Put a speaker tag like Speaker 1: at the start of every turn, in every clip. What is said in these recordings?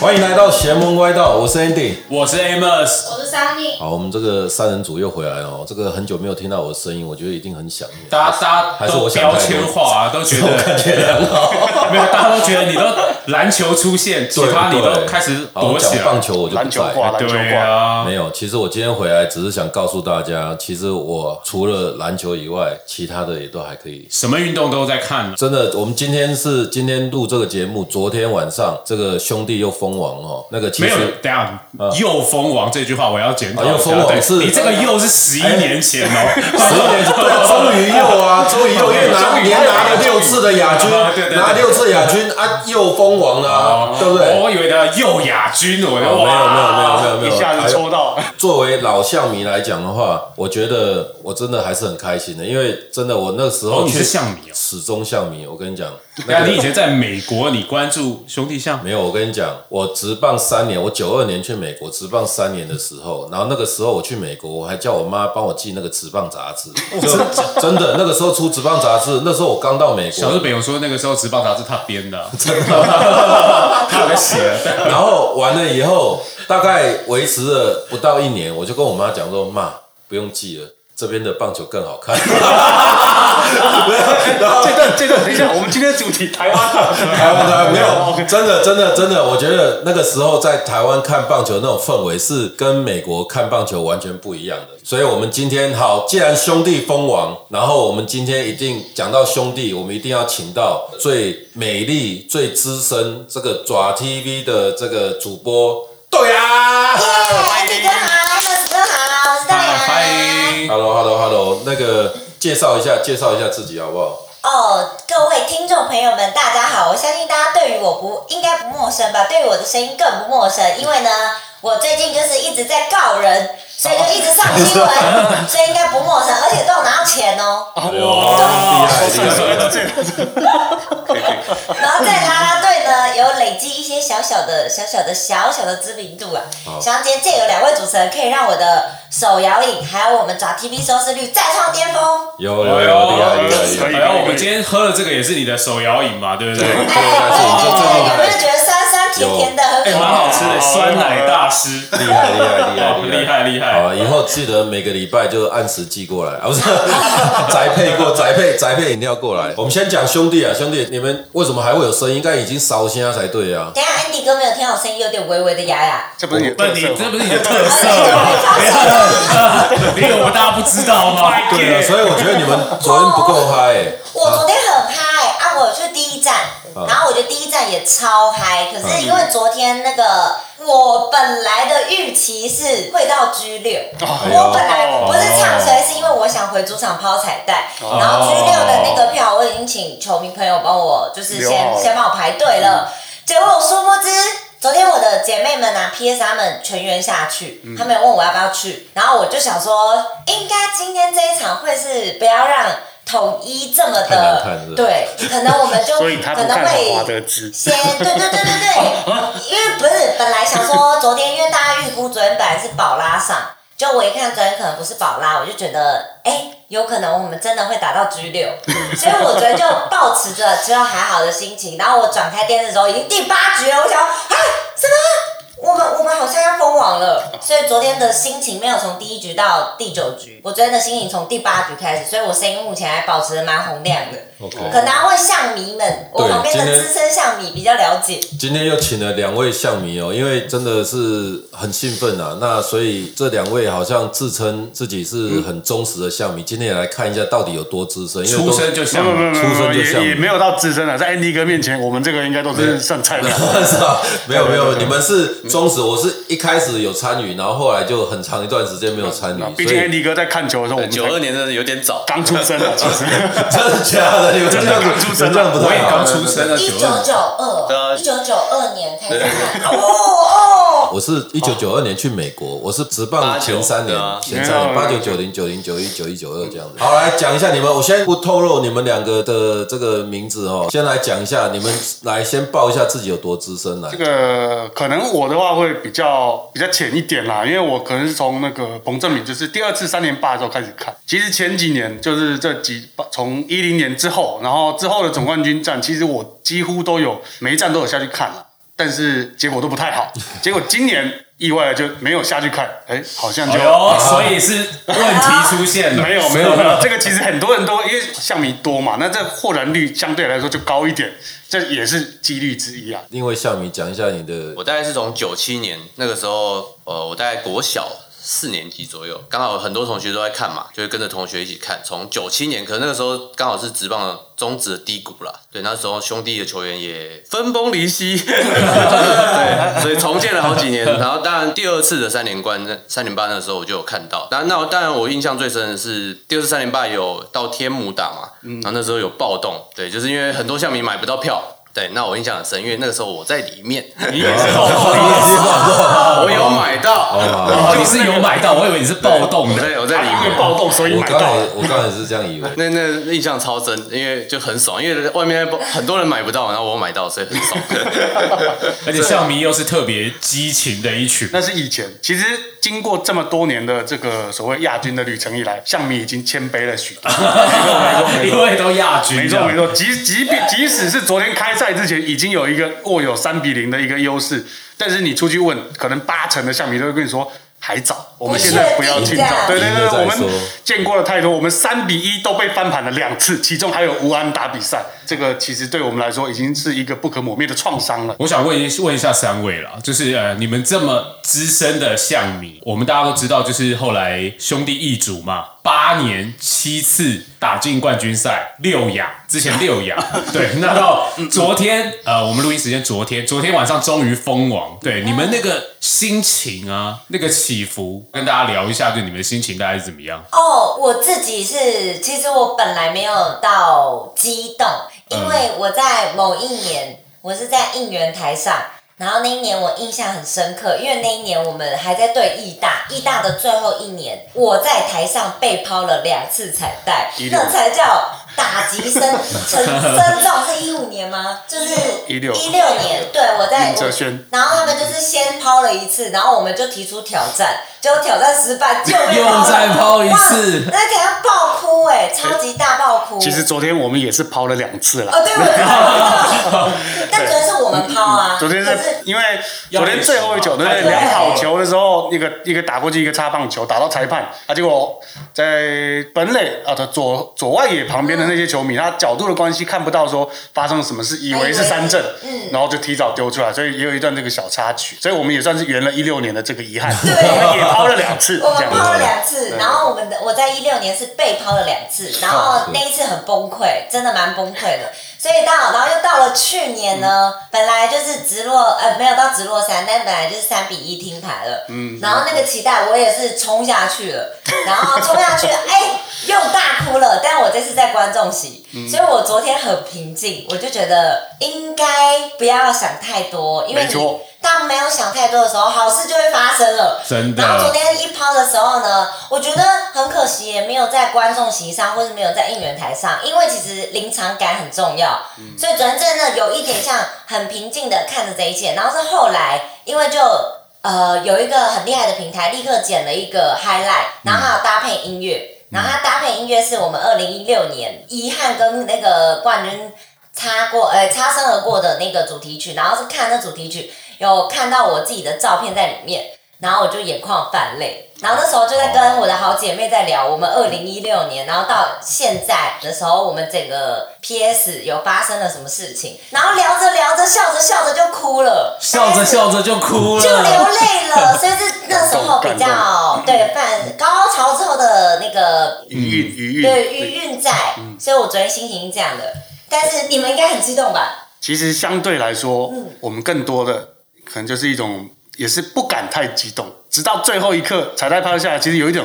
Speaker 1: 欢迎来到邪门歪道，我是 Andy。
Speaker 2: 我是 Amos，
Speaker 3: 我是沙妮，
Speaker 1: 好，我们这个三人组又回来了哦。这个很久没有听到我的声音，我觉得一定很想念。
Speaker 2: 大家大
Speaker 1: 还
Speaker 2: 家
Speaker 1: 是我
Speaker 2: 都
Speaker 1: 想太多
Speaker 2: 标签化、啊，都觉
Speaker 1: 我感
Speaker 2: 得
Speaker 1: 觉良好。
Speaker 2: 没有，大家都觉得你都篮球出现，其
Speaker 1: 对
Speaker 2: 他你
Speaker 1: 对
Speaker 2: 都开始
Speaker 1: 好我
Speaker 2: 躲起
Speaker 1: 讲棒
Speaker 2: 来，
Speaker 1: 球我就不
Speaker 4: 篮球
Speaker 1: 在。
Speaker 4: 挂，篮球
Speaker 2: 哎对
Speaker 4: 挂，
Speaker 2: 啊，
Speaker 1: 没有，其实我今天回来只是想告诉大家，其实我除了篮球以外，其他的也都还可以。
Speaker 2: 什么运动都在看了，
Speaker 1: 真的，我们今天是今天录这个节目，昨天晚上这个兄弟又封王哦，那个其
Speaker 2: 没有
Speaker 1: 实。，
Speaker 2: 等一下又封王这句话我要检讨
Speaker 1: 嗯
Speaker 2: 一
Speaker 1: 啊
Speaker 2: 下，
Speaker 1: 又封王
Speaker 2: 对
Speaker 1: 是
Speaker 2: 你这个又是十一年前 哦，
Speaker 1: 十年前，对啊，终于又 啊，终于又因为拿
Speaker 2: 终于又
Speaker 1: 连拿了六次的亚军
Speaker 2: 啊 对对，对哦
Speaker 1: 拿六次亚军啊，又封王了啊，对不对？
Speaker 2: 我以为的又亚军，我
Speaker 1: 没
Speaker 2: 就
Speaker 1: 有没有没有没有没
Speaker 2: 哇，
Speaker 1: 有没有，
Speaker 4: 一下
Speaker 1: 还
Speaker 4: 子抽到，
Speaker 1: 作为老象迷来讲的话，我觉得我真的还是很开心的，因为真的我那时
Speaker 2: 哦
Speaker 1: 候
Speaker 2: 你
Speaker 1: 去
Speaker 2: 是象迷哦，
Speaker 1: 始终象迷，我跟你讲， 那
Speaker 2: 那
Speaker 1: 个
Speaker 2: 你以前在美国，你关注兄弟象，
Speaker 1: 没有，我跟你讲，我职棒三年，我九二年去美国职棒三年的时候，然后那个时候我去美国，我还叫我妈帮我寄那个职棒杂志，
Speaker 2: 哦
Speaker 1: 就真的那个时候出职棒杂志，那时候我刚到美
Speaker 2: 小日
Speaker 1: 国，
Speaker 2: 本有说那个时候《时报》杂志他 编的啊， 他有在写的，
Speaker 1: 然后完了以后，大概维持了不到一年，我就跟我妈讲说，妈，不用寄了。这边的棒球更好看，
Speaker 4: 这段这段等一 下，我们今天的主题台湾的，
Speaker 1: 台湾的没有， 真的真的真的，我觉得那个时候在台湾看棒球那种氛围是跟美国看棒球完全不一样的。所以，我们今天好，既然兄弟封王，然后我们今天一定讲到兄弟，我们一定要请到最美丽、最资深这个爪 TV 的这个主播啊豆芽。
Speaker 3: 嗨，你哥好，小哥好，我是大
Speaker 2: 嗨
Speaker 3: 牙。
Speaker 1: Hello，Hello，Hello，那个介绍一下，介绍一下自己好不好？
Speaker 3: 哦，各位听众朋友们，大家好！我相信大家对于我不应该不陌生吧，对于我的声音更不陌生，因为呢，我最近就是一直在告人，所以就一直上新闻，所以应该不陌生，而且都有拿到钱哦。
Speaker 1: 哇，厉害厉害！
Speaker 3: 然后在啦啦队呢，有累积一些小小的、小小的、小小的知名度啊。希望今天借由两位主持人，可以让我的手摇影，还有我们爪 TV 收视率再创巅峰。
Speaker 1: 有有有，厉害厉害厉害！
Speaker 4: 可以
Speaker 2: 然后哎我们今天喝了这个也是你的手摇饮嘛，对不对？
Speaker 3: 哎，对对
Speaker 1: 对啊这这
Speaker 3: 对，
Speaker 1: 这
Speaker 3: 有没有觉得酸酸甜甜的很
Speaker 2: 哎，
Speaker 3: 可
Speaker 2: 蛮
Speaker 3: 爱？
Speaker 2: 好吃的，酸奶大师，
Speaker 1: 厉害厉害厉害
Speaker 2: 哦 厉害厉害
Speaker 1: 好，以后记得每个礼拜就按时寄过来，啊不 是宅配过宅配宅配饮料过来。我们先讲兄弟啊，兄弟，你们为什么还会有声音？应该已经烧香才对啊。
Speaker 3: 等一下安迪哥没有听到我声音，有点微微的哑哑。
Speaker 4: 这不是你的
Speaker 2: 不是
Speaker 4: 特
Speaker 2: 你，这
Speaker 4: 色吗？
Speaker 2: 不是你的特色吗？
Speaker 3: 我
Speaker 2: 你以为我大家不知道吗？
Speaker 1: 对啊，所以我觉得你们昨天不够嗨、欸。
Speaker 3: 昨天很嗨啊！我去第一站，然后我觉得第一站也超嗨。可是因为昨天那个，我本来的预期是会到 G 六，
Speaker 2: 哦
Speaker 3: 我本来不是唱谁，是因为我想回主场抛彩带。
Speaker 2: 哦
Speaker 3: 然后 G 六的那个票，我已经请球迷朋友帮我，就是
Speaker 4: 留好
Speaker 3: 先
Speaker 4: 了
Speaker 3: 先帮我排队了。结果殊不知，昨天我的姐妹们啊，PS 她们全员下去，她们有问我要不要去，然后我就想说，应该今天这一场会是不要让统一这么
Speaker 1: 太难看是不，是
Speaker 3: 的对，可能我们就
Speaker 4: 所以他
Speaker 3: 可
Speaker 4: 不
Speaker 3: 能
Speaker 4: 看好华
Speaker 3: 会
Speaker 4: 德兹，
Speaker 3: 先，对对对对对，因为不是本来想说昨天，因为大家预估昨天本来是宝拉上，就我一看昨天可能不是宝拉，我就觉得哎、有可能我们真的会打到 G 六，所以我昨天就抱持着只有还好的心情，然后我转开电视的时候已经第八局了，我想说啊什么？我们我们好像要封王了，所以昨天的心情没有从第一局到第九局，我昨天的心情从第八局开始，所以我声音目前还保持的蛮洪亮的。
Speaker 1: OK，
Speaker 3: 可能会象迷们，我
Speaker 1: 对
Speaker 3: 旁边
Speaker 1: 今
Speaker 3: 的
Speaker 1: 天
Speaker 3: 资深象迷比较了解。
Speaker 1: 今天又请了两位象迷哦，因为真的是很兴奋啊。那所以这两位好像自称自己是很忠实的象迷，今天也来看一下到底有多资深。因为都
Speaker 2: 出生就
Speaker 4: 没
Speaker 2: 像
Speaker 4: 有没有没有
Speaker 1: 出生
Speaker 4: 没有，
Speaker 1: 就像
Speaker 4: 也也没有到资深了，在 Andy 哥面前，我们这个应该都是算菜鸟。
Speaker 1: 是啊， 没有没有，你们是忠实，我是一开始有参与，然后后来就很长一段时间没有参与，
Speaker 4: 嗯毕
Speaker 1: 所
Speaker 4: 竟
Speaker 1: 以
Speaker 4: Andy 哥在看球的时候，我们
Speaker 5: 九二
Speaker 4: 才
Speaker 5: 年真的有点早，
Speaker 4: 刚出生啊，其实
Speaker 1: 真的假的？你们这样子，
Speaker 4: 出生啊
Speaker 1: 你们这样不
Speaker 2: 我也
Speaker 1: 太
Speaker 2: 刚
Speaker 1: 好。
Speaker 2: 出生啊，
Speaker 3: 一
Speaker 2: 九
Speaker 3: 九
Speaker 2: 二，
Speaker 3: 九二，
Speaker 5: 啊
Speaker 3: 一九九二年开始看，哦
Speaker 4: 啊
Speaker 3: 哦，
Speaker 1: 我是一九九二年去美国，我是职棒前三年
Speaker 5: 89对啊，
Speaker 4: 嗯
Speaker 1: 前三年八九九零九零九一九一九二这样子。好，来讲一下你们，我先不透露你们两个的这个名字哦，先来讲一下，你们来先报一下自己有多资深来啊
Speaker 4: 这。个可能我的话会比较比较浅一点啦，因为我可能是从那个彭正明，就是第二次三连霸的时候开始看。其实前几年就是这几从一零年之后，然后之后的总冠军战，其实我几乎都有每一站都有下去看了。但是结果都不太 好。结果今年意外地就没有下去看，哎，好像就
Speaker 2: 哎呦，所以是问题出现了，
Speaker 4: 没有没有 没有，这个其实很多人都因为象迷多嘛，那这获然率相对来说就高一点，这也是几率之一啊。
Speaker 1: 因为向米讲一下你的
Speaker 5: 我大概是从九七年那个时候，呃，我大概国小四年级左右，刚好很多同学都在看嘛，就会跟着同学一起看。从九七年，可能那个时候刚好是职棒的中职的低谷啦，对，那时候兄弟的球员也分崩离 析，对，所以重建了好几年。然后当然第二次的三连冠、三连霸那时候我就有看到，那那我当然我印象最深的是第二次三连霸有到天母打嘛，
Speaker 2: 嗯
Speaker 5: 然后那时候有暴动，对，就是因为很多校民买不到票。对，那我印象很深，因为那个时候我在里面，
Speaker 2: 哦你也 是暴动，
Speaker 5: 我有买到，
Speaker 2: 哦你是有买到，我以为你是暴动
Speaker 5: 我
Speaker 2: 的。
Speaker 5: 在我在里
Speaker 4: 因为
Speaker 5: 面。
Speaker 4: 暴动，所以
Speaker 1: 我
Speaker 4: 买
Speaker 1: 刚
Speaker 4: 到
Speaker 1: 才
Speaker 4: 了。
Speaker 1: 我刚才是这样以为，
Speaker 5: 那那印象超深，因为就很爽，因为外面很多人买不到，然后我买到，所以很 爽。
Speaker 2: 而且象迷又是特别激情的一群，
Speaker 4: 那是以前，其实经过这么多年的这个所谓亚军的旅程以来，象迷已经谦卑 了许多。
Speaker 2: 因为都亚军，
Speaker 4: 没
Speaker 2: 这样
Speaker 4: 错没错，即即便即使是昨天开赛之前已经有一个握有三比零的一个优势，但是你出去问，可能八成的象迷都会跟你说还早，我们现在不要
Speaker 3: 不确
Speaker 4: 尽
Speaker 3: 定
Speaker 4: 早。
Speaker 3: 啊
Speaker 4: 对对对，
Speaker 1: 再
Speaker 4: 对我
Speaker 1: 说
Speaker 4: 们见过了太多，我们三比一都被翻盘了两次，其中还有吴安打比赛，这个其实对我们来说已经是一个不可磨灭的创伤了。
Speaker 2: 我想问一问一下三位啦，就是呃，你们这么资深的象迷，我们大家都知道，就是后来兄弟易主嘛，八年七次打进冠军赛，六亚之前六 亚，对，那到昨天呃，我们录音时间昨天，昨天晚上终于封王，对，你们那个心情啊，那个起伏，跟大家聊一下，就你们的心情大概是怎么样？
Speaker 3: 哦，我自己是，其实我本来没有到激动，因为
Speaker 4: 嗯
Speaker 3: 我在某一年，我是在应援台上，然后那一年我印象很深刻，因为那一年我们还在对义大，义大的最后一年，我在台上被抛了两次彩带，
Speaker 4: 六
Speaker 3: 那才叫打击生成生重，是一五年 吗？就是
Speaker 4: 一六
Speaker 3: 一六年，对我在
Speaker 4: 林哲轩
Speaker 3: 然后他们就是先抛了一次，然后我们就提出挑战，结果挑战失 败，就被
Speaker 2: 又再抛一次
Speaker 3: 哇那给他爆哭哎、超级大爆哭。
Speaker 4: 其实昨天我们也是抛了两次了。
Speaker 3: 哦，对，我 知道，我知道但昨天是我 们抛啊，
Speaker 4: 嗯昨天
Speaker 3: 可
Speaker 4: 是
Speaker 3: 是
Speaker 4: 因为昨天最后一球，对不对？
Speaker 3: 对
Speaker 4: 两好球的时候，一个一个打过去，一个插棒球打到裁判，啊，结果在本垒啊的左左外野旁边的那些球迷，他角度的关系看不到说发生了什么事，以为是三振，
Speaker 3: 哎嗯
Speaker 4: 然后就提早丢出来，所以也有一段这个小插曲，所以我们也算是圆了一六年的这个遗憾，
Speaker 3: 对
Speaker 4: 我们也抛了两次，
Speaker 3: 我
Speaker 4: 这
Speaker 3: 们
Speaker 4: 样
Speaker 3: 抛了两次，然后我们的我在一六年是被抛了两次，然后那一次很崩溃，真的蛮崩溃 的。所以到然后又到了去年呢，本来就是直落呃没有到直落三，但本来就是三比一听牌了，嗯，然后那个期待我也是冲下去 了，然后冲下去，哎、又大哭了。但我这次在观众席，
Speaker 4: 嗯
Speaker 3: 所以我昨天很平静，我就觉得应该不要想太多，因为
Speaker 4: 没
Speaker 3: 你
Speaker 4: 错
Speaker 3: 当没有想太多的时候，好事就会发生了。
Speaker 2: 真的
Speaker 3: 然后昨天一抛的时候呢，我觉得很可惜，也没有在观众席上，或是没有在应援台上，因为其实临场感很重要。
Speaker 2: 嗯
Speaker 3: 所以昨天真的有一点像很平静的看着这一切，然后是后来因为就。呃，有一个很厉害的平台，立刻剪了一个 highlight，然
Speaker 2: 嗯
Speaker 3: 后还有搭配音乐，然后它搭配音乐是我们二零一六年遗憾跟那个冠军擦过，呃，擦身而过的那个主题曲，然后是看那主题曲，有看到我自己的照片在里面，然后我就眼眶泛泪。然后那时候就在跟我的好姐妹在聊，我们二零一六年，然后到现在的时候，我们整个 PS 有发生了什么事情，然后聊着聊着，笑着笑着就哭了，
Speaker 2: 笑着笑着就哭
Speaker 3: 就流
Speaker 2: 了，
Speaker 3: 泪了，所以是那时候比较对，犯高潮之后的那个
Speaker 4: 余韵余韵
Speaker 3: 对余韵在，
Speaker 2: 嗯
Speaker 3: 所以我昨天心情是这样的。但是你们应该很激动吧？
Speaker 4: 其实相对来说，
Speaker 3: 嗯
Speaker 4: 我们更多的可能就是一种，也是不敢太激动，直到最后一刻彩带拍下来，其实有一种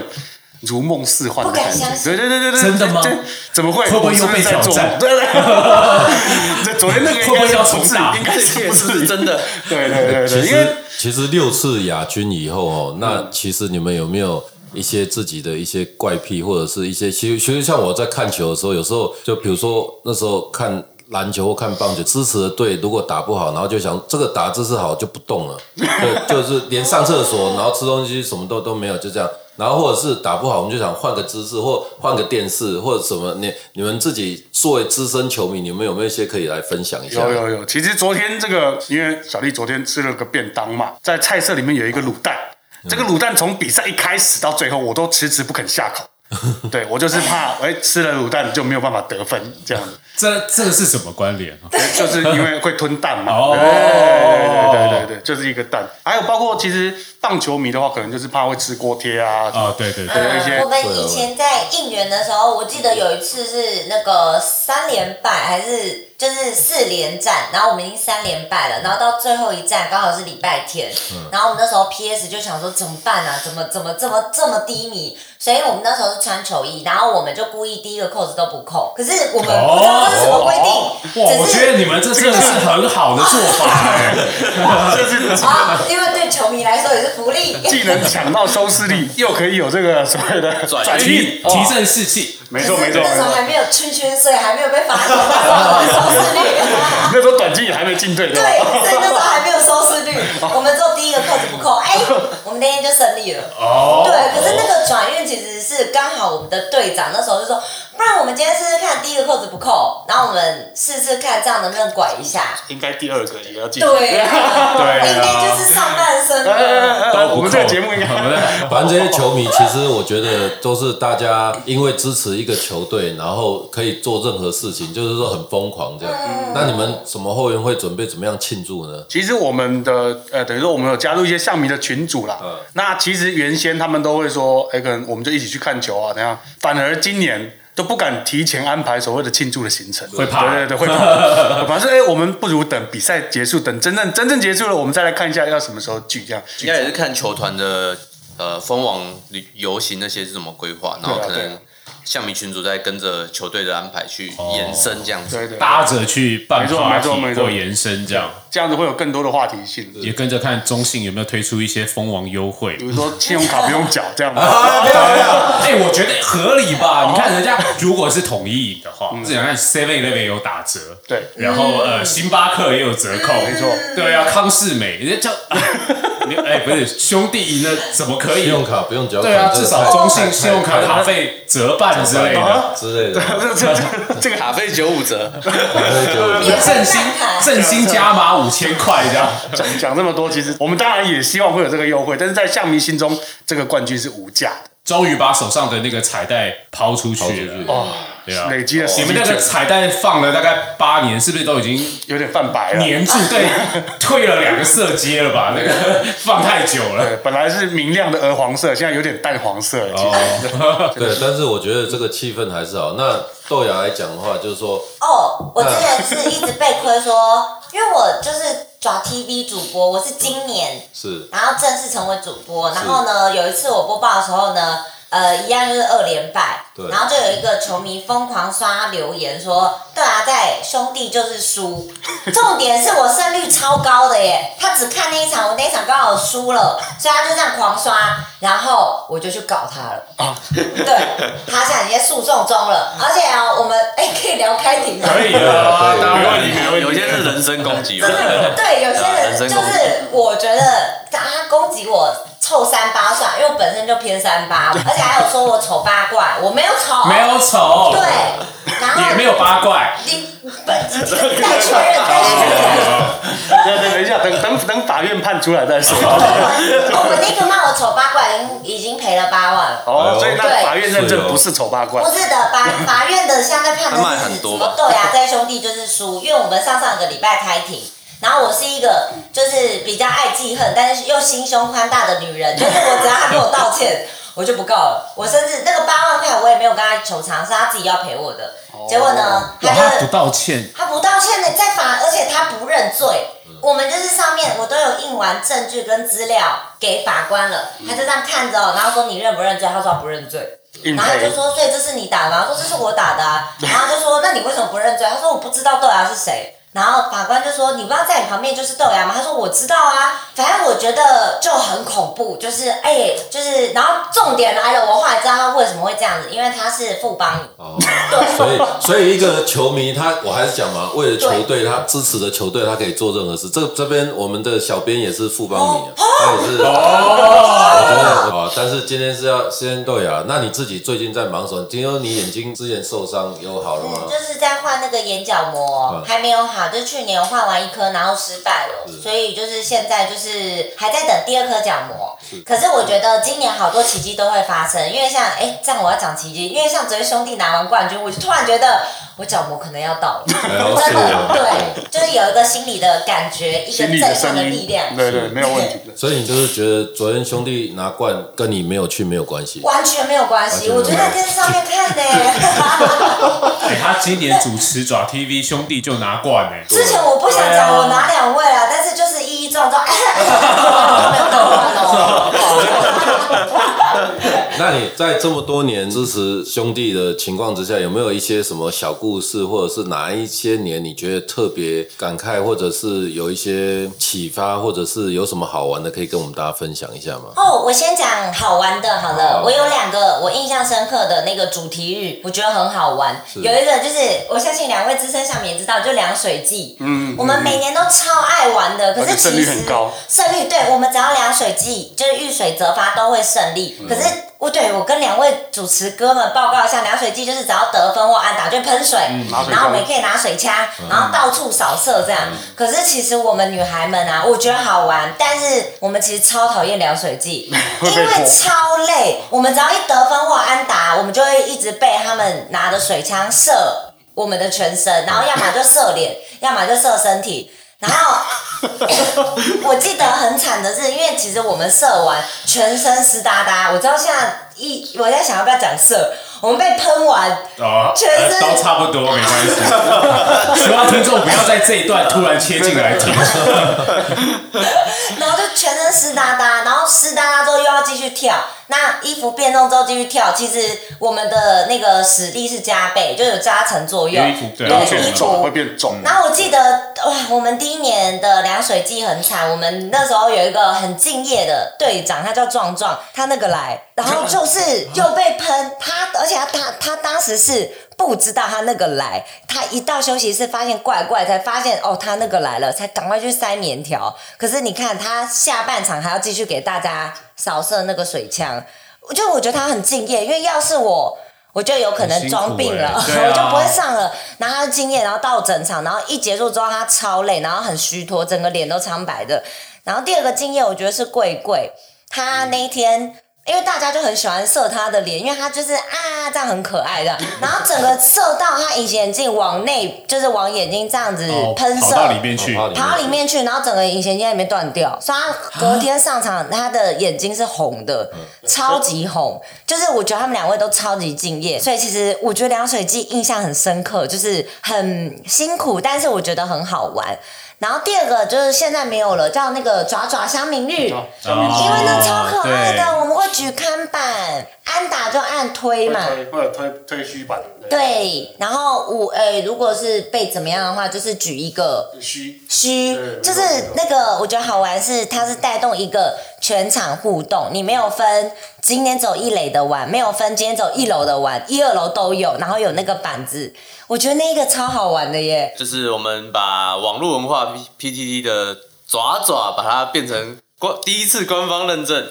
Speaker 4: 如梦似幻的
Speaker 3: 不敢
Speaker 4: 感觉
Speaker 3: 相。信
Speaker 4: 对对对对对，
Speaker 2: 真的吗
Speaker 4: 这？这怎么会？
Speaker 2: 会不会
Speaker 4: 我是
Speaker 2: 又被
Speaker 4: 是在
Speaker 2: 挑
Speaker 4: 做
Speaker 2: 战
Speaker 4: 梦？对 对。这昨天那个应
Speaker 2: 会不
Speaker 4: 该
Speaker 2: 会
Speaker 4: 是
Speaker 2: 要
Speaker 4: 不
Speaker 2: 重
Speaker 4: 至于
Speaker 2: 打
Speaker 4: 应 该是
Speaker 5: 这
Speaker 4: 不
Speaker 5: 是
Speaker 4: 至于
Speaker 5: 真。的，
Speaker 4: 对对对
Speaker 1: 其
Speaker 4: 对，因为嗯
Speaker 1: 实其实六次亚军以后哦，那其实你们有没有一些自己的一些怪癖，或者是一些其实其实像我在看球的时候，有时候就比如说那时候看。篮球或看棒球，支持的队如果打不好，然后就想这个打 姿势好就不动了，对，就是连上厕所，然后吃东西什么都都没有，就这样。然后或者是打不好，我们就想换个姿势，或换个电视，或者什么。你你们自己作为资深球迷，你们有没有一些可以来分享一下？
Speaker 4: 有有有，其实昨天这个，因为小丽昨天吃了个便当嘛，在菜色里面有一个卤蛋，这个卤蛋从比赛一开始到最后，我都迟迟不肯下口。对我就是怕，哎、吃了卤蛋就没有办法得分，这样子，
Speaker 2: 这这个是什么关联啊？
Speaker 4: 就是因为会吞蛋嘛。
Speaker 2: 哦
Speaker 4: 对对对对对，就是一个蛋。还有包括其实棒球迷的话，可能就是怕会吃锅贴啊。
Speaker 2: 啊，对对对，
Speaker 4: 有一些
Speaker 3: 我们以前在应援的时候，我记得有一次是那个三连败还是就是四连战，然后我们已经三连败了，然后到最后一站刚好是礼拜天，
Speaker 2: 嗯
Speaker 3: 然后我们那时候 PS 就想说怎么办啊，怎么怎么这么这么低迷，所以我们那时候是穿球衣，然后我们就故意第一个扣子都不扣，可是我们不知道这是什么规定，
Speaker 2: 哦哇，我
Speaker 3: 只
Speaker 2: 觉
Speaker 3: 是
Speaker 2: 得你们这真的是很好的做法哎、
Speaker 4: 就是
Speaker 3: 啊，因为对球迷来说也是福利。
Speaker 4: 既能抢到收视率，又可以有这个所谓的
Speaker 5: 转
Speaker 4: 转
Speaker 2: 提提
Speaker 4: 运，哦
Speaker 2: 振士气。
Speaker 4: 没错没错。
Speaker 3: 那
Speaker 4: 没
Speaker 3: 时候
Speaker 4: 错
Speaker 3: 还没有圈圈，所以还没有被罚球，那时候还没有收视率。
Speaker 4: 那时候短期也还没进队，对
Speaker 3: 对，
Speaker 4: 吧？
Speaker 3: 所以那时候还没有收视率，我们做第一个扣子不扣，哎、我们那天就胜利了。
Speaker 2: 哦
Speaker 3: 对，可是那个转运其实是刚好我们的队长那时候就说，不然我们今天试试看第一个扣子不扣，然后我们试试看这样能不能拐一下。
Speaker 4: 应该第二个也要进。
Speaker 3: 对 啊，
Speaker 2: 对啊
Speaker 3: 应该就是上半身
Speaker 4: 哎哎
Speaker 3: 了。
Speaker 4: 哎哎
Speaker 2: 都不
Speaker 4: 我们这个
Speaker 2: 扣
Speaker 4: 节目应该
Speaker 2: 我们的
Speaker 1: 反正这些球迷，其实我觉得都是大家因为支持一个球队，然后可以做任何事情，就是说很疯狂这样。那你们什么后援会准备怎么样庆祝呢？
Speaker 4: 其实我们的呃，等于说我们有加入一些象迷的群组啦。
Speaker 1: 嗯
Speaker 4: 那其实原先他们都会说，哎、可能我们就一起去看球啊，怎样？反而今年都不敢提前安排所谓的庆祝的行程，
Speaker 2: 会怕
Speaker 4: 对对对，会怕。反正说哎、我们不如等比赛结束，等真正真正结束了，我们再来看一下要什么时候聚这样。
Speaker 5: 应该也是看球团的呃封网旅游行那些是怎么规划，然后
Speaker 4: 对啊
Speaker 5: 可
Speaker 4: 对
Speaker 5: 能
Speaker 4: 啊
Speaker 5: 象迷群主在跟着球队的安排去延伸这样子。
Speaker 4: 对对，
Speaker 2: 搭着去办
Speaker 4: 没错
Speaker 2: party
Speaker 4: 没错没错
Speaker 2: 或延伸这样，
Speaker 4: 这样子会有更多的话题性，
Speaker 2: 也跟着看中信有没有推出一些蜂王优惠
Speaker 4: 比。如说信用卡不用缴 这样啊子。
Speaker 2: 哎、我觉得合理
Speaker 4: 哦
Speaker 2: 吧？你看人家如果是统一饮的话，这两看 Seven Eleven 有打折，
Speaker 4: 嗯对
Speaker 1: 嗯
Speaker 2: 然后呃，星巴克也有折扣，没
Speaker 4: 错
Speaker 2: 对啊，康士美人 家叫，你哎、不是兄弟赢了怎么可以？
Speaker 1: 信用卡不用缴款，
Speaker 2: 对啊，
Speaker 1: 这
Speaker 2: 至
Speaker 1: 个
Speaker 2: 少
Speaker 1: 太
Speaker 2: 中信信用卡
Speaker 1: 太
Speaker 2: 卡费折半之类
Speaker 4: 啊
Speaker 2: 的。
Speaker 1: 之类的。
Speaker 4: 这这这这个
Speaker 5: 卡费九五折，
Speaker 1: 就
Speaker 2: 振兴
Speaker 4: 啊
Speaker 2: 振兴加码五千块这样，
Speaker 4: 讲讲这么多，其实我们当然也希望会有这个优惠，但是在象迷心中，这个冠军是无价的
Speaker 2: 终于把手上的那个彩带抛出
Speaker 1: 抛出
Speaker 2: 去
Speaker 1: 去
Speaker 2: 了。
Speaker 4: 哦，
Speaker 2: 对啊，
Speaker 4: 累积了
Speaker 2: 你
Speaker 4: 十
Speaker 2: 们
Speaker 4: 几
Speaker 2: 那
Speaker 4: 卷
Speaker 2: 个，彩带放了大概八年，是不是都已经
Speaker 4: 有点泛白了。
Speaker 2: 粘住？对， 退了两个色阶了吧？那个放太久了。
Speaker 4: 对，本来是明亮的鹅黄色，现在有点淡黄色了。其实
Speaker 2: 哦，
Speaker 1: 对，但是我觉得这个气氛还是好。那豆芽来讲的话，就是说，
Speaker 3: 哦，我之前是一直被亏说，因为我就是抓 TV 主播，我是今年
Speaker 1: 是
Speaker 3: 然后正式成为主播。然后呢，有一次我播报的时候呢，呃，一样就是二连败
Speaker 1: 对，
Speaker 3: 然后就有一个球迷疯狂刷留言说，对啊，在兄弟就是输，重点是我胜率超高的耶，他只看那一场，我那一场刚好输了，所以他就这样狂刷，然后我就去搞他了。对，他现在已经诉讼中了，而且啊，我们哎、可以聊开庭吗？
Speaker 2: 可以
Speaker 1: 对
Speaker 2: 啊，
Speaker 1: 对
Speaker 2: 当然
Speaker 1: 对
Speaker 2: 没
Speaker 5: 有
Speaker 2: 问
Speaker 5: 有
Speaker 2: 题
Speaker 5: 些是人身攻击吧
Speaker 3: 真。的，对，有些人就是我觉得他攻击我臭三八算，因为我本身就偏三八，而且还有说我丑八怪，我没有丑，
Speaker 2: 没有丑，
Speaker 3: 对，，然后
Speaker 2: 也没有八怪。
Speaker 3: 你本再确认再确认。
Speaker 4: 对对，等一下，等等等法院判出来再说。
Speaker 3: 我们那个骂我丑八怪已经已经赔了八万了。
Speaker 2: 哎
Speaker 4: 哦，所以那
Speaker 3: 对
Speaker 4: 法院认证不是丑八怪
Speaker 3: 不，是的， 法法院的现在判的
Speaker 5: 他卖
Speaker 3: 是
Speaker 5: 很
Speaker 3: 什
Speaker 5: 多
Speaker 3: 么
Speaker 5: 吧
Speaker 3: 豆芽在兄弟就是输，因为我们上上个礼拜开庭。然后我是一个就是比较爱记恨，但是又心胸宽大的女人，就是我只要他跟我道歉，我就不告了。我甚至那个八万块我也没有跟他求偿，是他自己要赔我的。
Speaker 5: 哦
Speaker 3: 结果呢，他
Speaker 2: 哇，
Speaker 3: 就
Speaker 2: 他不道歉，
Speaker 3: 他不道歉的，在法，而且他不认罪。
Speaker 5: 嗯
Speaker 3: 我们就是上面我都有印完证据跟资料给法官了，他就这样看着哦，然后说你认不认罪？他说他不认罪。
Speaker 4: 硬
Speaker 3: 然后就
Speaker 4: 配。
Speaker 3: 说，所以这是你打的吗？我说这是我打的、啊。然后就说，那你为什么不认罪？他说我不知道豆芽是谁。然后法官就说，你不知道在你旁边就是豆芽吗？他说我知道啊，反正我觉得就很恐怖，就是哎、就是，然后重点来了，我后来知道他为什么会这样子，因为他是富邦尼。
Speaker 1: 哦，所以所以一个球迷他，我还是讲嘛，为了球队他支持的球队，他可以做任何事。这这边我们的小编也是富邦迷啊，那也是我觉得啊，但是今天是要先豆芽，那你自己最近在忙什么？听说你眼睛之前受伤有好了吗
Speaker 3: 嗯，？就是在换那个眼角膜
Speaker 1: 哦嗯，
Speaker 3: 还没有好，就是去年换完一颗，然后失败了，所以就是现在就是还在等第二颗角膜。可是我觉得今年好多奇迹都会发生，因为像哎，这样我要讲奇迹，因为像昨天兄弟拿完冠军，我就突然觉得我角膜可能要到了，
Speaker 1: 了解
Speaker 3: 真的，对，就是有一个心理的感觉，一个
Speaker 4: 心里
Speaker 3: 震
Speaker 4: 的
Speaker 3: 撼
Speaker 4: 声
Speaker 3: 的
Speaker 4: 音，
Speaker 3: 力量，
Speaker 4: 对对，没有问题的。
Speaker 1: 所以你就是觉得昨天兄弟拿冠跟你没有去没有关系，
Speaker 3: 完全没有关系。我
Speaker 1: 完
Speaker 3: 就
Speaker 1: 全没有
Speaker 3: 在电视上面看的。
Speaker 2: 哎，他今年主持爪 TV 兄弟就拿冠哎，
Speaker 3: 之前我不想讲我哪两位啊，但是就是一一撞撞， 哎，没有打完哦。
Speaker 1: 那你在这么多年支持兄弟的情况之下，有没有一些什么小故事，或者是哪一些年你觉得特别感慨，或者是有一些启发，或者是有什么好玩的可以跟我们大家分享一下吗？
Speaker 3: 哦，我先讲好玩的好了
Speaker 1: 好。
Speaker 3: 我有两个我印象深刻的那个主题日，我觉得很好玩。
Speaker 1: 是
Speaker 3: 有一个就是我相信两位资深上面也知道，就凉水季。嗯，我们每年都超爱玩的，可
Speaker 4: 而且
Speaker 3: 是
Speaker 4: 胜
Speaker 3: 其
Speaker 4: 率
Speaker 3: 实
Speaker 4: 很高
Speaker 3: 胜率对我们只要凉水季就是遇水则发都会胜利。可是我对我跟两位主持哥们报告一下，凉水季就是只要得分或按打就喷水，
Speaker 4: 拿水
Speaker 3: 然后我
Speaker 4: 枪
Speaker 3: 们可以拿水枪，然后到处扫射这样。可是其实我们女孩们啊，我觉得好玩，但是我们其实超讨厌凉水剂，
Speaker 4: 会
Speaker 3: 因
Speaker 4: 被
Speaker 3: 为
Speaker 4: 泼
Speaker 3: 超累。我们只要一得分或安打，我们就会一直被他们拿着水枪射我们的全身，然后要么就射 脸，要么就射身体。然后 我记得很惨的是，因为其实我们射完全身湿哒哒，我知道现在一我在想要不要讲射，我们被喷完
Speaker 2: 哦，
Speaker 3: 全身
Speaker 2: 呃都差不 多，没关系。希望听众不要在这一段突然切进来 听。
Speaker 3: 然后就全身湿哒哒，然后湿哒哒之后又要继续跳，那衣服变动之后继续跳，其实我们的那个实力是加倍，就有加成作用。
Speaker 2: 有衣服对
Speaker 4: 而
Speaker 2: 有
Speaker 4: 且
Speaker 2: 衣
Speaker 3: 衣
Speaker 2: 服
Speaker 4: 肿
Speaker 3: 服
Speaker 4: 会。变肿，
Speaker 3: 然后我记得哇，我们第一年的凉水季很惨，我们那时候有一个很敬业的队长，他叫壮壮，他那个来，然后就是又被喷，他而且他他他当时是。不知道他那个来，他一到休息室发现怪怪，才发现哦，他那个来了，才赶快去塞棉条。可是你看，他下半场还要继续给大家扫射那个水枪，我就我觉得他很敬业，因为要是我，我就有可能装病了，
Speaker 2: 很辛苦欸
Speaker 3: 我就不
Speaker 2: 对啊
Speaker 3: 会上了，然后他就敬业，然后到整场，然后一结束之后他超累，然后很虚脱，整个脸都苍白的。然后第二个敬业，我觉得是贵贵，他那一天。因为大家就很喜欢射他的脸，因为他就是啊这样很可爱的，然后整个射到他隐形眼镜往内，就是往眼睛这样子
Speaker 2: 哦
Speaker 3: 喷射，
Speaker 2: 跑到里面去，
Speaker 1: 跑到
Speaker 3: 跑到里面去，然后整个隐形眼镜里面断掉，所以他隔天上场，他的眼睛是红的，超级红。就是我觉得他们两位都超级敬业，所以其实我觉得凉水季印象很深刻，就是很辛苦，但是我觉得很好玩。然后第二个就是现在没有了，叫那个爪爪香明绿。
Speaker 2: 哦
Speaker 3: 因为那超可爱的，
Speaker 2: 对
Speaker 3: 我们会举看板，按打就按推
Speaker 4: 会
Speaker 3: 嘛。
Speaker 4: 推会推推虚板，
Speaker 3: 对，然后五诶、如果是被怎么样的话，就是举一个
Speaker 4: 虚
Speaker 3: 虚
Speaker 4: 对，
Speaker 3: 就是那个我觉得好玩是它是带动一个全场互动，你没有分今天走一垒的玩，没有分今天走一楼的玩，一二楼都有，然后有那个板子，我觉得那个超好玩的耶。
Speaker 5: 就是我们把网络文化 P P T T 的爪爪，把它变成官第一次官方认证，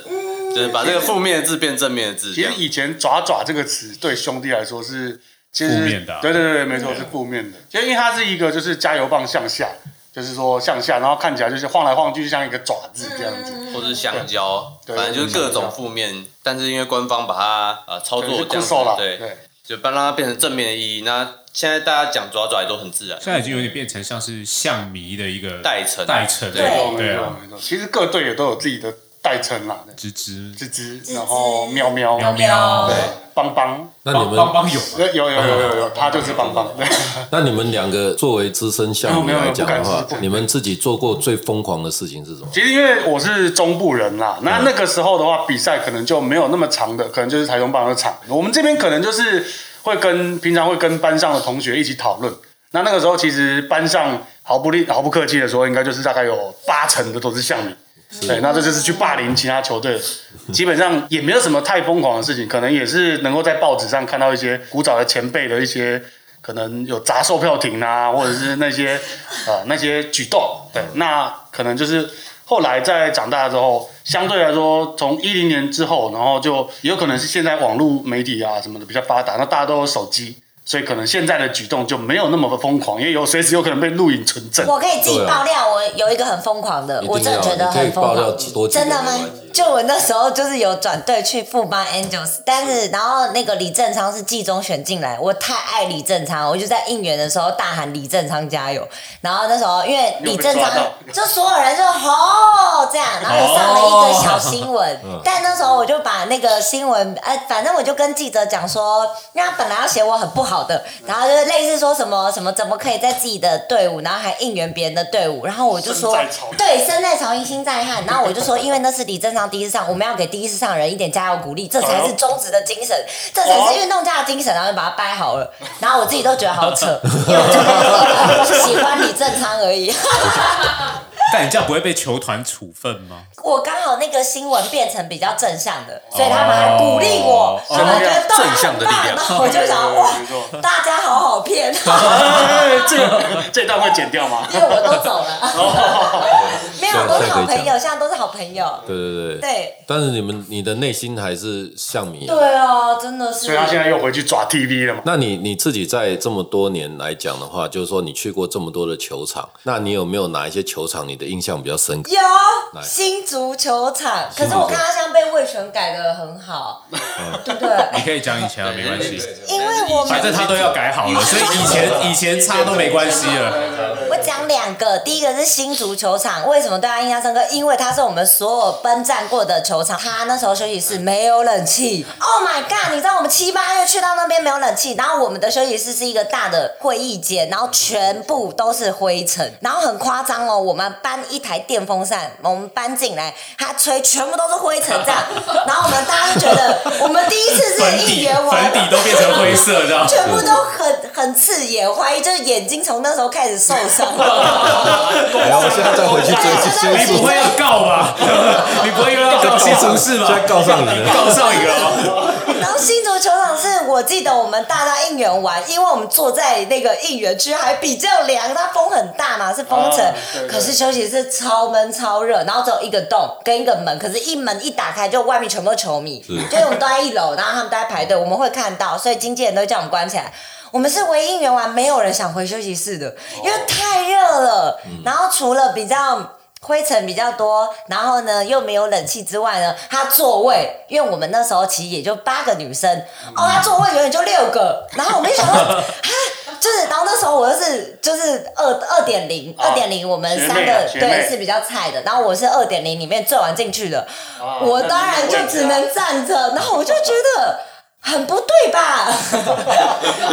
Speaker 5: 就是把这个负面的字变正面的字，
Speaker 4: 嗯
Speaker 5: 这
Speaker 4: 其实
Speaker 5: 样
Speaker 4: 以前“爪爪”这个词对兄弟来说是，其
Speaker 2: 负
Speaker 4: 实
Speaker 2: 面的啊
Speaker 4: 对对对，没错是负面的。就因为它是一个就是加油棒向下，就是说向下，然后看起来就是晃来晃去，就像一个爪
Speaker 2: 嗯
Speaker 4: 子这样子。
Speaker 5: 或是香蕉，
Speaker 4: 对
Speaker 5: 反正就是各种负面。但是因为官方把它呃操
Speaker 2: 嗯
Speaker 5: 作这样子
Speaker 4: 手了，，
Speaker 5: 对，
Speaker 4: 对，
Speaker 5: 就把让它变成正面的意义。那现在大家讲爪爪也都很自然，
Speaker 2: 现在已经有点变成像是象迷的一个
Speaker 5: 代称
Speaker 2: 代称，
Speaker 5: 对
Speaker 4: 没错
Speaker 2: 对
Speaker 4: 没错
Speaker 2: 啊，
Speaker 4: 没错。其实各队也都有自己的代称啦，对
Speaker 2: 芝芝
Speaker 4: 吱吱，然后喵喵，
Speaker 2: 喵
Speaker 3: 喵
Speaker 2: 喵
Speaker 4: 对，，邦邦，
Speaker 1: 那你
Speaker 2: 帮
Speaker 1: 们
Speaker 2: 帮有
Speaker 4: 有有有有有
Speaker 2: 嗯
Speaker 4: 有，他就是邦邦，对。
Speaker 1: 那你们两个作为资深项目
Speaker 4: 没有没
Speaker 1: 来
Speaker 4: 有
Speaker 1: 讲
Speaker 4: 不敢
Speaker 1: 的话
Speaker 4: 不，敢
Speaker 1: 你们自己做过最疯狂的事情是什 么？
Speaker 4: 其实因为我是中部人啦，那那个时候的话，比赛可能就没有那么长的，可能就是台中棒球场。我们这边可能就是会跟平常会跟班上的同学一起讨论。那那个时候其实班上毫不吝毫不客气的说，应该就是大概有八成的都是像你。对，那这就是去霸凌其他球队，基本上也没有什么太疯狂的事情，可能也是能够在报纸上看到一些古早的前辈的一些可能有砸 嗯售票亭啊，或者是那些呃那些举动，对，那可能就是后来在长大之后，相对来说，从一零年之后，然后就也有可能是现在网络媒体啊什么的比较发达，那大家都有手机，所以可能现在的举动就没有那么疯狂，因为有随时有可能被录影存证。
Speaker 3: 我可以自己
Speaker 1: 对啊
Speaker 3: 爆料，我有一个很疯狂的
Speaker 1: 啊一，定
Speaker 3: 我真的
Speaker 1: 要
Speaker 3: 觉得
Speaker 1: 你可以
Speaker 3: 很疯
Speaker 1: 爆料
Speaker 3: 狂
Speaker 1: 几多。集
Speaker 3: 真的
Speaker 1: 都没
Speaker 3: 吗
Speaker 1: 关系？
Speaker 3: 就我那时候就是有转队去富邦 Angels，但是然后那个李正昌是季中选进来，我太爱李正昌，我就在应援的时候大喊李正昌加油。然后那时候因为李正昌
Speaker 4: 你有被抓
Speaker 3: 就所有人就吼这样，然后上了一堆小新闻，
Speaker 4: 哦嗯
Speaker 3: 但那时候我就把那个新闻呃，反正我就跟记者讲说，因为他本来要写我很不好的，然后就是类似说什么什么怎么可以在自己的队伍，然后还应援别人的队伍，然后我就说
Speaker 4: 身在曹营
Speaker 3: 对身在曹营心在汉，然后我就说因为那是李正昌第一次上，我们要给第一次上的人一点加油鼓励，这才是中职的精 神，这才是运动家的精神，然后就把它掰好了，然后我自己都觉得好 扯，因为我就跟喜欢李正昌而已。
Speaker 2: 但你这样不会被球团处分 吗？
Speaker 3: 我刚好那个新闻变成比较正向的，所以他们还鼓励
Speaker 2: 哦
Speaker 3: 我，他们觉得都
Speaker 5: 正向的力量
Speaker 3: 很棒我就想哇
Speaker 4: 没错，
Speaker 3: 大家好好骗，
Speaker 4: 哎这个这段会剪掉吗？
Speaker 3: 因为我都走了，没有，都是好朋友，现在都是好朋友，
Speaker 1: 对对对。
Speaker 3: 对
Speaker 1: 但是你们你的内心还是像迷、啊。
Speaker 3: 对啊，真的是
Speaker 4: 所以，他现在又回去抓 TV 了嘛？
Speaker 1: 那你你自己在这么多年来讲的话，就是说你去过这么多的球场，那你有没有哪一些球场你的印象比较深刻？
Speaker 3: 有
Speaker 1: 来
Speaker 3: 新足球场，可
Speaker 1: 新
Speaker 3: 是
Speaker 1: 足球
Speaker 3: 我看他现在被魏权改的很好，对不对？
Speaker 2: 你可以讲以前啊，没关系，
Speaker 3: 因为我们
Speaker 2: 反正他都要改好了，所以以前以前差都没关系了。
Speaker 3: 我讲两个，第一个是新足球场，为什么对他啊印象深刻？因为它是我们所有奔战过的球场，他那时候休息室没有冷气。Oh my god！你知道我们七八月去到那边没有冷气，然后我们的休息室是一个大的会议间，然后全部都是灰尘，然后很夸张哦。我们搬一台电风扇，我们搬进来，它吹全部都是灰尘这样，然后我们大家就觉得，我们第一次
Speaker 2: 粉
Speaker 3: 是应
Speaker 2: 底
Speaker 3: 援完
Speaker 2: 粉底都变成灰色，这样。
Speaker 3: 全部都很很刺眼，怀疑就是眼睛从那时候开始受伤了。
Speaker 1: 然哎后我现在再回去追
Speaker 3: 对
Speaker 1: 去
Speaker 3: 对
Speaker 1: 追
Speaker 2: 你不会要告吧？ 你不会又要告新竹市吧？
Speaker 1: 现在告上你了
Speaker 2: 告上你哦了。
Speaker 3: 然后新竹球场是我记得我们大家应援完，因为我们坐在那个应援区还比较凉，它风很大嘛，是风城，
Speaker 4: 啊对对
Speaker 3: 可是休息室超闷超热，然后只有一个洞跟一个门，可是一门一打开就外面全部都球迷，就是我们都在一楼，然后他们都在排队，我们会看到，所以经纪人都叫我们关起来。我们是唯一应援完，没有人想回休息室的，因为太热了。然后除了比较灰尘比较多，然后呢又没有冷气之外呢，它座位，因为我们那时候其实也就八个女生，哦，它座位永远就六个，然后我们就想说，啊，就是，然后那时候我又是就是二二点零，二点零我们
Speaker 4: 学妹啊
Speaker 3: 三个
Speaker 4: 学妹
Speaker 3: 对是比较菜的，然后我是二点零里面最晚进去的，
Speaker 4: 啊
Speaker 3: 我当然就只能站着，然后我就觉得。很不对吧？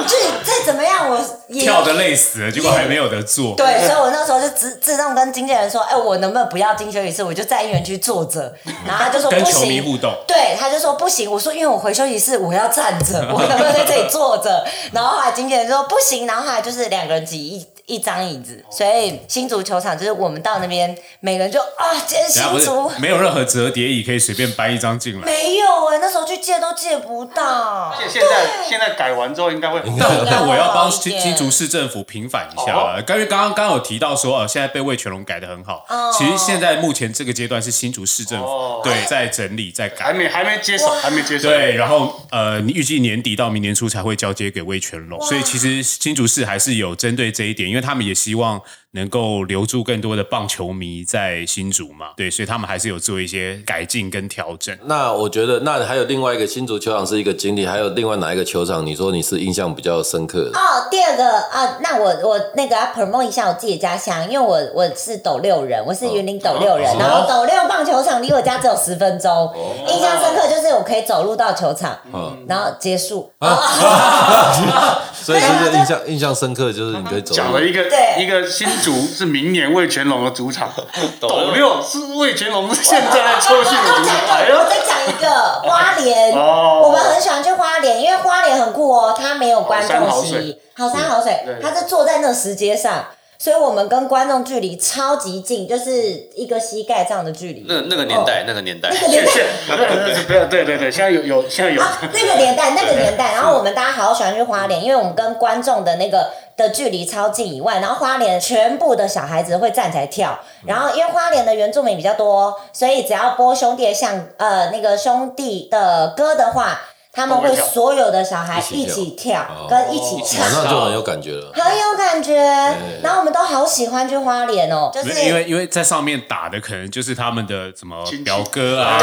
Speaker 3: 就是再怎么样，我也
Speaker 2: 跳的累死了，结果还没有得做。
Speaker 3: 对，所啊以我那时候就自自动跟经纪人说，哎、我能不能不要进休息室，我就在应援区坐着。然后他就说
Speaker 2: 跟
Speaker 3: 不
Speaker 2: 球迷互
Speaker 3: 行。
Speaker 2: 动
Speaker 3: 对，他就说不行，我说因为我回休息室我要站着，我 能不能在这里坐着？然后后来经纪人说不行，然后后来就是两个人挤一一张椅子，所以新足球场就是我们到那边，每个人就啊，今天新
Speaker 2: 等一下
Speaker 3: 足
Speaker 2: 不是没有任何折叠椅可以随便搬一张进来。
Speaker 3: 没有哎、那时候去借都借不到。
Speaker 4: 现现在现在改完之后应该会
Speaker 1: 应该
Speaker 2: 但我但我要帮
Speaker 3: 好一
Speaker 2: 新
Speaker 3: 点
Speaker 2: 新竹市政府平反一下了，因为刚刚刚刚有提到说，呃，现在被魏全龙改的很好
Speaker 3: 哦，
Speaker 2: 其实现在目前这个阶段是新竹市政府
Speaker 4: 哦
Speaker 2: 对在整理在
Speaker 4: 还
Speaker 2: 改，
Speaker 4: 没还没接手，
Speaker 3: 哇
Speaker 4: 还没接手。
Speaker 2: 对，然后呃，预计年底到明年初才会交接给魏全龙，所以其实新竹市还是有针对这一点，因为他们也希望能够留住更多的棒球迷在新竹嘛，对，所以他们还是有做一些改进跟调整。
Speaker 1: 那我觉得，那还有另外一个新竹球场是一个经历，还有另外哪一个球场？你说你是印象比较深刻的？
Speaker 3: 哦，第二个啊，那我我那个要 promote 一下我自己的家乡，因为我我是斗六人，我是云林斗六人，
Speaker 1: 哦
Speaker 3: 然后斗六棒球场离我家只有十分钟，印象深刻就是我可以走路到球场，
Speaker 1: 嗯
Speaker 3: 然后结束。 哦
Speaker 1: 所以其实印象印象深刻的就是你可以 走
Speaker 4: 讲
Speaker 1: 路
Speaker 4: 了一个
Speaker 3: 对
Speaker 4: 一个新竹是明年魏全龙的主场，斗六是魏全龙现在在抽
Speaker 3: 我
Speaker 4: 训的
Speaker 3: 我
Speaker 4: 主
Speaker 3: 讲
Speaker 4: 场。哎
Speaker 3: 一个，我
Speaker 4: 呦
Speaker 3: 再讲一
Speaker 1: 哎
Speaker 3: 个花莲，
Speaker 4: 哦
Speaker 3: 我们很喜欢去花莲，因为花莲很酷哦，它没有观众
Speaker 4: 好山好
Speaker 3: 席
Speaker 4: 水，
Speaker 3: 好山好水
Speaker 4: 对，
Speaker 3: 它是坐在那石阶上。所以我们跟观众距离超级近，就是一个膝盖这样的距离。
Speaker 5: 那那个年
Speaker 3: 哦
Speaker 5: 代，那个年代，
Speaker 3: 那个年代
Speaker 4: 对对对对，现在有有现在有，
Speaker 3: 啊，那个年代，那个年代，然后我们大家好喜欢去花莲，因为我们跟观众的那个的距离超近以外，然后花莲全部的小孩子会站起来跳，然后因为花莲的原住民比较多，所以只要播兄弟的像呃那个兄弟的歌的话，他们
Speaker 4: 都
Speaker 3: 会
Speaker 4: 会跳
Speaker 3: 所有的小孩
Speaker 1: 一
Speaker 3: 一
Speaker 1: 起
Speaker 3: 起跳
Speaker 1: 哦
Speaker 3: 跟一起唱
Speaker 1: 哦，。那就很有感觉了。
Speaker 3: 很有感觉，然后我们都好喜欢去花莲哦，就是
Speaker 2: 因为因为在上面打的可能就是他们的什么
Speaker 4: 亲戚
Speaker 2: 表哥啊、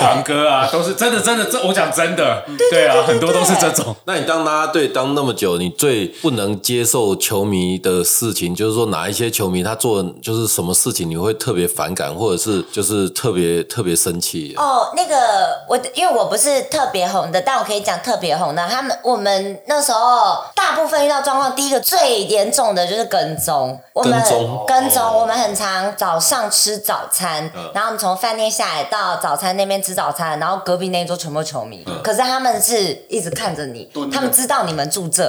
Speaker 2: 堂哥啊，都是真的真的这我讲真的，对啊，很多都是这种。
Speaker 1: 那你当啦啦队当那么久，你最不能接受球迷的事情，就是说哪一些球迷他做就是什么事情你会特别反感，或者是就是特别特别生气？
Speaker 3: 哦，那个我因为我不是特别红的，但我可以讲特别红的。他们我们那时候大部分遇到状况，第一个最严重的就是跟踪。我们
Speaker 1: 跟踪
Speaker 3: 跟踪，我们很常早上吃早餐，然后我们从饭店下来到早餐那边吃早餐，然后隔壁那一桌全部都球迷，可是他们是一直看着你
Speaker 4: 蹲，着
Speaker 3: 他们知道你们住这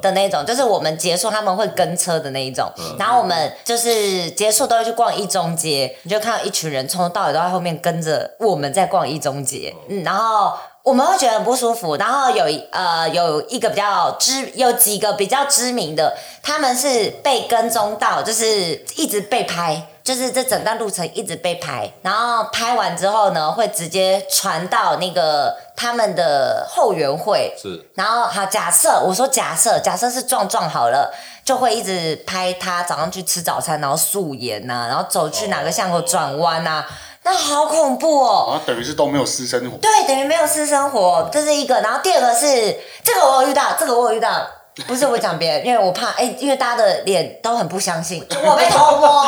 Speaker 3: 的那种，就是我们结束他们会跟车的那一种，然后我们就是结束都会去逛一中街，你就看到一群人从头到尾都在后面跟着我们在逛一中街，嗯，然后。我们会觉得很不舒服，然后有一呃有一个比较知有几个比较知名的，他们是被跟踪到，就是一直被拍，就是这整段路程一直被拍，然后拍完之后呢，会直接传到那个他们的后援会，
Speaker 1: 是
Speaker 3: 然后好，假设我说假设，假设是壮壮好了，就会一直拍他早上去吃早餐，然后素颜呐、然后走去哪个巷口转弯呐、那好恐怖哦。
Speaker 4: 然后等于是都没有私生活，
Speaker 3: 对，等于没有私生活，这是一个。然后第二个是这个我有遇到，这个我有遇到，不是我讲别人，因为我怕哎、因为大家的脸都很不相信，就我被偷摸，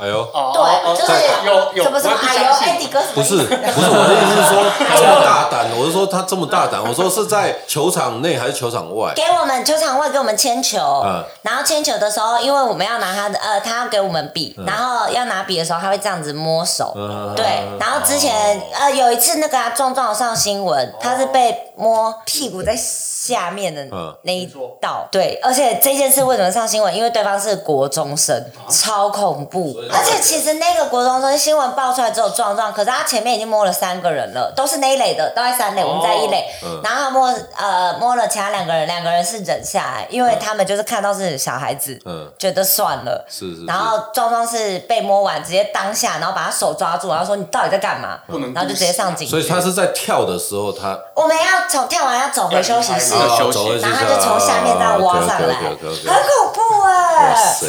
Speaker 1: 哎呦，
Speaker 4: 哦
Speaker 3: 对，就
Speaker 4: 有
Speaker 3: 是
Speaker 4: 有
Speaker 3: 什么什么
Speaker 4: 我也不
Speaker 3: 哎
Speaker 4: 相
Speaker 3: 呦
Speaker 4: 信
Speaker 3: 哎迪哥什么
Speaker 1: 不是不是，我的意思是说这么大胆，我是说他这么大胆，我说是在球场内还是球场外
Speaker 3: 给？我们球场外给我们铅球，
Speaker 1: 嗯
Speaker 3: 然后铅球的时候，因为我们要拿他的，呃，他要给我们笔，然后要拿笔的时候，他会这样子摸手，
Speaker 1: 嗯
Speaker 3: 对。然后之前、呃有一次那个啊壮壮有上新闻，他是被摸屁股在下面的
Speaker 1: 嗯
Speaker 3: 那一道，对。而且这件事为什么上新闻？因为对方是国中生，超恐怖。而且其实那个国中生新闻爆出来只有壮壮，可是他前面已经摸了三个人了，都是那一类的，都在三类，我们在一类。
Speaker 1: 哦嗯
Speaker 3: 然后他摸呃摸了其他两个人，两个人是忍下来，因为他们就是看到是小孩子，
Speaker 1: 嗯
Speaker 3: 觉得算了。
Speaker 1: 是是是
Speaker 3: 然后壮壮是被摸完，直接当下，然后把他手抓住，然后说你到底在干嘛？
Speaker 4: 不能
Speaker 3: 然后就直接上警局。
Speaker 1: 所以他是在跳的时候，他
Speaker 3: 我们要从跳完要走回休息室，
Speaker 5: 要
Speaker 3: 然
Speaker 4: 哦
Speaker 5: 离开嘛
Speaker 3: 后
Speaker 5: 休息
Speaker 1: 走回去
Speaker 3: 他就从下面这样挖上来，很
Speaker 1: OK，OK，OK，OK，OK
Speaker 3: 哦恐怖哎、
Speaker 1: 哇塞，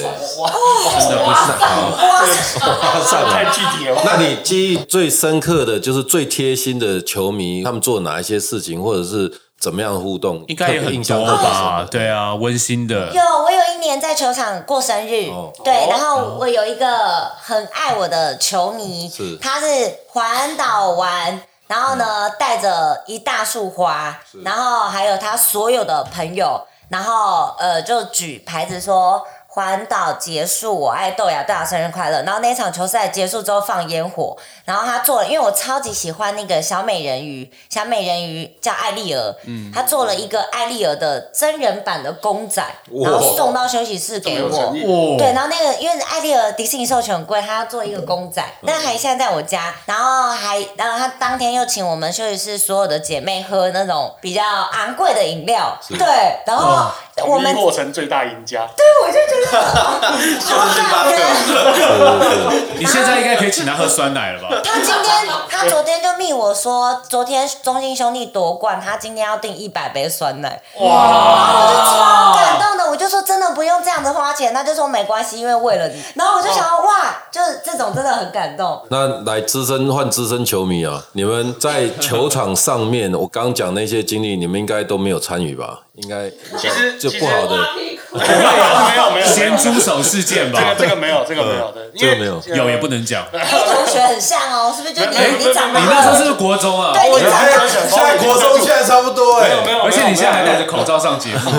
Speaker 3: 哇塞！
Speaker 1: 挖上来
Speaker 4: 太。具体了。
Speaker 1: 那你记忆最深刻的就是最贴心的球迷，他们做哪一些事情，或者是怎么样的互动，
Speaker 2: 应该也
Speaker 1: 特别
Speaker 2: 很
Speaker 1: 印象
Speaker 2: 多
Speaker 1: 特别深
Speaker 2: 吧？对啊，温馨的
Speaker 3: 有，我有一年在球场过生日，
Speaker 1: 哦
Speaker 3: 对，然后我有一个很爱我的球迷
Speaker 1: 是，嗯
Speaker 3: 他是环岛玩，然后呢带着一大束花，然后还有他所有的朋友，然后呃就举牌子说。环岛结束，我爱豆芽，豆芽生日快乐。然后那场球赛结束之后放烟火，然后他做了，因为我超级喜欢那个小美人鱼，小美人鱼叫艾丽儿，嗯，他做了一个艾丽儿的真人版的公仔，然后送到休息室给
Speaker 4: 这么有
Speaker 3: 哎我
Speaker 4: 诚意。
Speaker 2: 哦
Speaker 3: 对，然后那个因为艾丽儿迪士尼授权很贵，他要做一个公仔，但还现在在我家，然后还然后他当天又请我们休息室所有的姐妹喝那种比较昂贵的饮料，对，然后我们
Speaker 4: 过程最大赢家，
Speaker 3: 我就觉得好感人。
Speaker 2: 哦你现在应该可以请他喝酸奶了吧？
Speaker 3: 他今天他昨天就密我说，昨天中信兄弟夺冠，他今天要订一百杯酸奶。我就超感动的，我就说真的不用这样子花钱，他就说没关系，因为为了你。然后我就想要哇，就是这种真的很感 动。
Speaker 1: 那来资深换资深球迷啊，你们在球场上面，我刚讲那些经历，你们应该都没有参与吧？应该
Speaker 4: 其实
Speaker 1: 就
Speaker 4: 其实
Speaker 1: 不好的，
Speaker 4: 没有啊没有没有，
Speaker 2: 咸猪手事件
Speaker 4: 这
Speaker 2: 吧
Speaker 4: 个，这个没有，这个没有的，因
Speaker 1: 这
Speaker 4: 为呃
Speaker 1: 个没有
Speaker 2: 有也不能讲。你
Speaker 3: A 哎同学很像哦，是不是就你？你长得
Speaker 2: 那时候是不是国中啊？
Speaker 3: 对你长得
Speaker 1: 现在国中现在差不多哎、
Speaker 4: 没有没有，
Speaker 2: 而且你现在还戴
Speaker 4: 没有
Speaker 2: 着口罩上节目，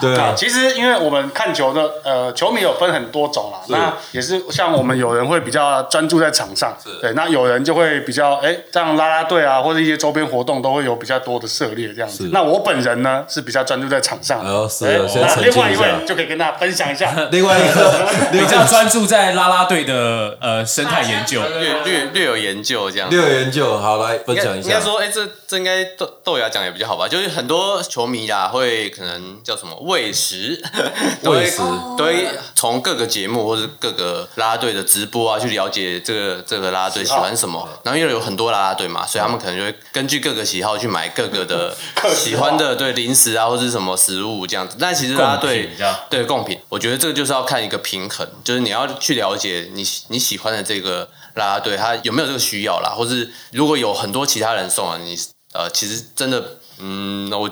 Speaker 1: 对啊，
Speaker 4: 其实，因为我们看球的，呃，球迷有分很多种啦。那也是像我们有人会比较专注在场上，对，那有人就会比较哎，这样拉拉队啊，或者一些周边活动都会有比较多的涉猎这样子
Speaker 1: 是。
Speaker 4: 那我本人呢是比较专注在场上
Speaker 1: 哎呦，是
Speaker 4: 哎
Speaker 1: 啊现在澄清
Speaker 4: 另外
Speaker 1: 一
Speaker 4: 一
Speaker 1: 下
Speaker 4: 位就可以跟大家分享 一下。
Speaker 1: 另外一个，
Speaker 2: 比
Speaker 1: 另
Speaker 2: 较
Speaker 1: 外
Speaker 2: 专注在啦啦队的呃生态研究。
Speaker 5: 略略略有研究这样。
Speaker 1: 六研究，好来分
Speaker 5: 应该
Speaker 1: 享一
Speaker 5: 应
Speaker 1: 下
Speaker 5: 该。说，哎、这这应该豆豆芽讲也比较好吧？就是很多球迷啦，会可能叫什么喂食， 都会
Speaker 1: 喂食
Speaker 5: 都会从各个节目或是各个啦啦队的直播啊，去了解这个这个啦啦队喜欢什
Speaker 1: 啊
Speaker 5: 么。然后因为有很多啦啦队嘛，所以他们可能就会根据各个喜好去买各 个的喜欢的对零食啊，或是什么食物这样子。但其实啦啦
Speaker 2: 贡
Speaker 5: 队
Speaker 2: 品这样
Speaker 5: 对贡品，我觉得这个就是要看一个平衡，就是你要去了解你喜你喜欢的这个啦啦队，他有没有这个需要啦，或是如果有很多其他人送啊，你呃，其实真的，嗯，我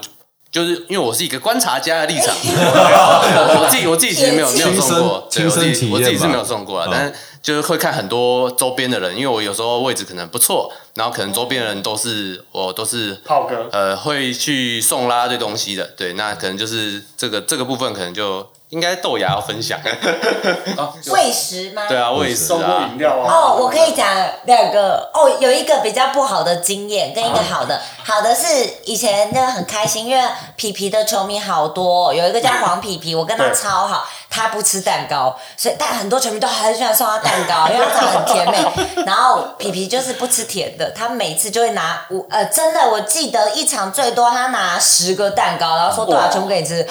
Speaker 5: 就是因为我是一个观察家的立场，我我自己我自己其实没有没有送过，对
Speaker 1: 亲身亲
Speaker 5: 我自
Speaker 1: 身体
Speaker 5: 己
Speaker 1: 验
Speaker 5: 我自己是
Speaker 1: 吧
Speaker 5: 没有送过啊，但是就是会看很多周边的人，因为我有时候位置可能不错，然后可能周边的人都是我都是
Speaker 4: 炮哥，
Speaker 5: 呃，会去送啦啦队东西的。对，那可能就是这个这个部分，可能就应该豆芽要分享。
Speaker 3: 喂食吗？
Speaker 5: 对啊，我也是
Speaker 4: 送过
Speaker 5: 啊
Speaker 4: 饮。料啊。
Speaker 3: 哦，我可以讲两个哦，有一个比较不好的经验，跟一个好的。好的是以前那很开心，因为皮皮的球迷好多哦、有一个叫黄皮皮，我跟他
Speaker 4: 对
Speaker 3: 超好，他不吃蛋糕，所以但很多球迷都很喜欢送他蛋糕，因为他很甜美。然后皮皮就是不吃甜的，他每次就会拿五呃，真的我记得一场最多他拿十个蛋糕，然后说多啊少全部给你吃。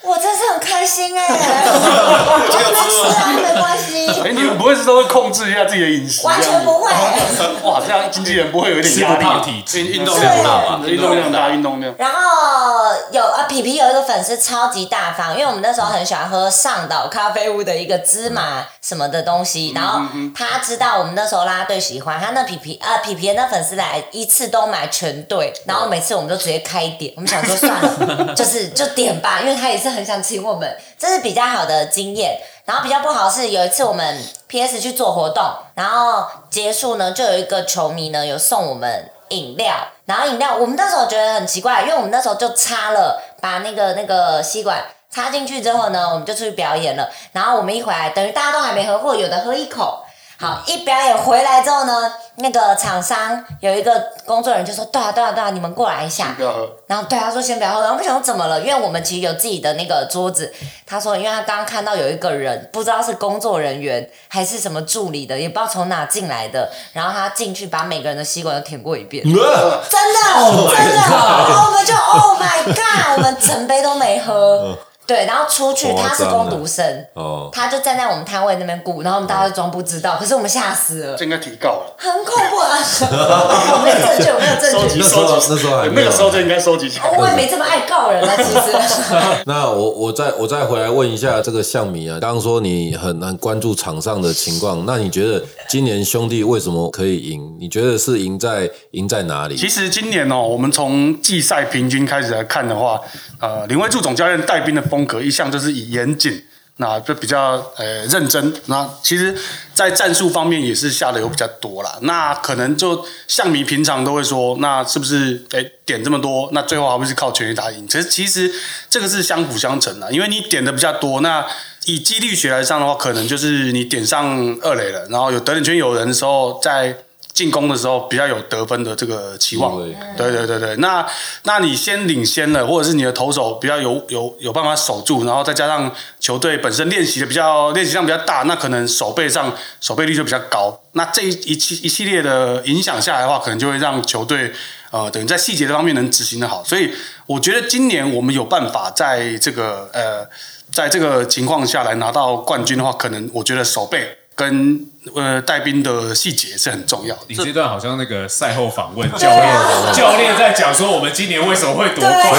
Speaker 3: 我真是很开心哎、我就不吃啊，没关系。
Speaker 4: 哎，你们不会是都会控制一下自己的饮食？
Speaker 3: 完全不会。
Speaker 4: 会。哇，这样经纪人不会有一点
Speaker 2: 吃
Speaker 4: 压
Speaker 2: 不
Speaker 4: 力
Speaker 2: 胖
Speaker 4: 吗？
Speaker 2: 体质，
Speaker 5: 运运动量大嘛，
Speaker 4: 运动量大，运动量。
Speaker 3: 然后有啊，皮皮有一个粉丝超级大方，因为我们那时候很喜欢喝上岛咖啡屋的一个芝麻什么的东西，然后他知道我们那时候啦啦队喜欢他那皮皮啊，皮皮的那粉丝来一次都买全队，然后每次我们就直接开点，我们想说算了，就是就点吧，因为他也是很想请我们，这是比较好的经验。然后比较不好是有一次我们 PS 去做活动，然后结束呢，就有一个球迷呢有送我们饮料，然后饮料我们那时候觉得很奇怪，因为我们那时候就插了把那个那个吸管插进去之后呢，我们就出去表演了。然后我们一回来，等于大家都还没喝过，有的喝一口。好，一表演回来之后呢，那个厂商有一个工作人员就说：“对啊，对啊，对啊，你们过来一下。”
Speaker 5: 嗯
Speaker 4: 不要喝。
Speaker 3: 然后对他说先不要喝，然后我想说怎么了？因为我们其实有自己的那个桌子。他说，因为他刚刚看到有一个人，不知道是工作人员还是什么助理的，也不知道从哪进来的。然后他进去把每个人的吸管都舔过一遍，
Speaker 1: 呃
Speaker 3: 真的
Speaker 1: Oh my
Speaker 3: 真的，
Speaker 1: God
Speaker 3: 然后我们就 Oh my God，我们 整杯都没喝。对，然后出去
Speaker 1: 夸
Speaker 3: 他是
Speaker 1: 张
Speaker 3: 工
Speaker 1: 了
Speaker 3: 读生，
Speaker 1: 哦，
Speaker 3: 他就站在我们摊位那边顾，然后我们大家就装不知道，可是我们吓死了，
Speaker 4: 这应该提告了。
Speaker 3: 很恐怖啊！ 我没有证据，我没有证
Speaker 4: 收
Speaker 3: 据
Speaker 4: 集，
Speaker 1: 那时候
Speaker 4: 收集，
Speaker 1: 那时候还没有
Speaker 4: 那个时候就应该收集起来。
Speaker 3: 我也没这么爱告人啊，其实。
Speaker 1: 那我我再我再回来问一下这个项迷啊，刚刚说你很难关注场上的情况，那你觉得今年兄弟为什么可以赢？你觉得是赢在赢在哪里？
Speaker 4: 其实今年哦，我们从季赛平均开始来看的话，呃，林威柱总教练带兵的风格一向就是以严谨，那就比较呃认真。那其实，在战术方面也是下的有比较多啦。那可能就像迷平常都会说，那是不是哎点这么多？那最后还不是靠全力打赢？其实其实这个是相辅相成的，因为你点的比较多，那以几率学来上的话，可能就是你点上二垒了，然后有得点圈有人的时候在。进攻的时候比较有得分的这个期望
Speaker 1: 机会，
Speaker 4: 对对对对。那那你先领先了，或者是你的投手比较有有有办法守住，然后再加上球队本身练习的比较练习量比较大，那可能守备上守备率就比较高。那这一一系一系列的影响下来的话，可能就会让球队呃等于在细节的方面能执行的好。所以我觉得今年我们有办法在这个呃。在这个情况下来拿到冠军的话，可能我觉得守备跟呃带兵的细节是很重要的。
Speaker 2: 你这段好像那个赛后访问教
Speaker 3: 对
Speaker 2: 练
Speaker 3: 啊，
Speaker 2: 教练在讲说我们今年为什么会夺
Speaker 3: 对
Speaker 1: 所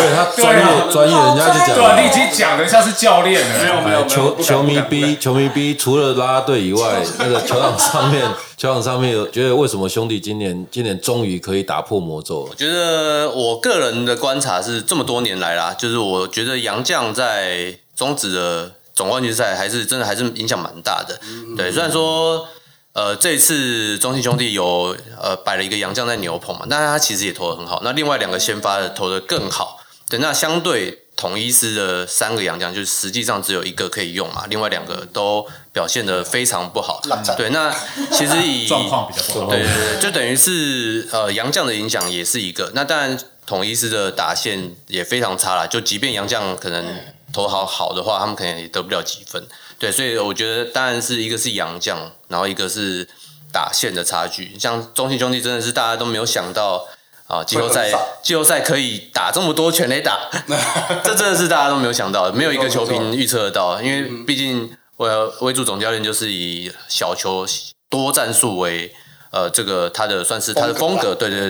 Speaker 2: 冠
Speaker 1: 以他，专业、
Speaker 2: 哦对啊，
Speaker 1: 哦专业，人家就讲
Speaker 2: 对
Speaker 1: 了
Speaker 2: 啊，你已经讲的像是教练了，没有
Speaker 1: 哎球球迷逼，球迷逼，除了啦啦队以 外，那个球场上面， 球场上面有觉得为什么兄弟今年今年终于可以打破魔咒了
Speaker 5: 我？觉得我个人的观察是，这么多年来啦，就是我觉得杨绛在中职的总冠军赛还是真的还是影响蛮大的。对，虽然说呃这一次中信兄弟有呃摆了一个杨绛在牛棚嘛，但是他其实也投的很好。那另外两个先发的投的更好，对，那相对统一师的三个洋将，就是实际上只有一个可以用嘛，另外两个都表现的非常不好。对，那其实 以
Speaker 2: 状况比较不好。
Speaker 5: 对对对，就等于是呃杨绛的影响也是一个。那当然，统一师的打线也非常差啦。就即便杨绛可能投好好的话，他们可能也得不了几分。对，所以我觉得当然是一个是洋将，然后一个是打线的差距。像中信兄弟真的是大家都没有想到啊，季后
Speaker 4: 会
Speaker 5: 赛
Speaker 4: 很少
Speaker 5: 季后赛可以打这么多全垒 打，这真的是大家都没有想到，没有一个球评预测得到，因为毕竟我威助总教练就是以小球多战术为呃这个他的算是他的
Speaker 4: 风
Speaker 5: 风
Speaker 4: 格嗯
Speaker 5: 格，对对对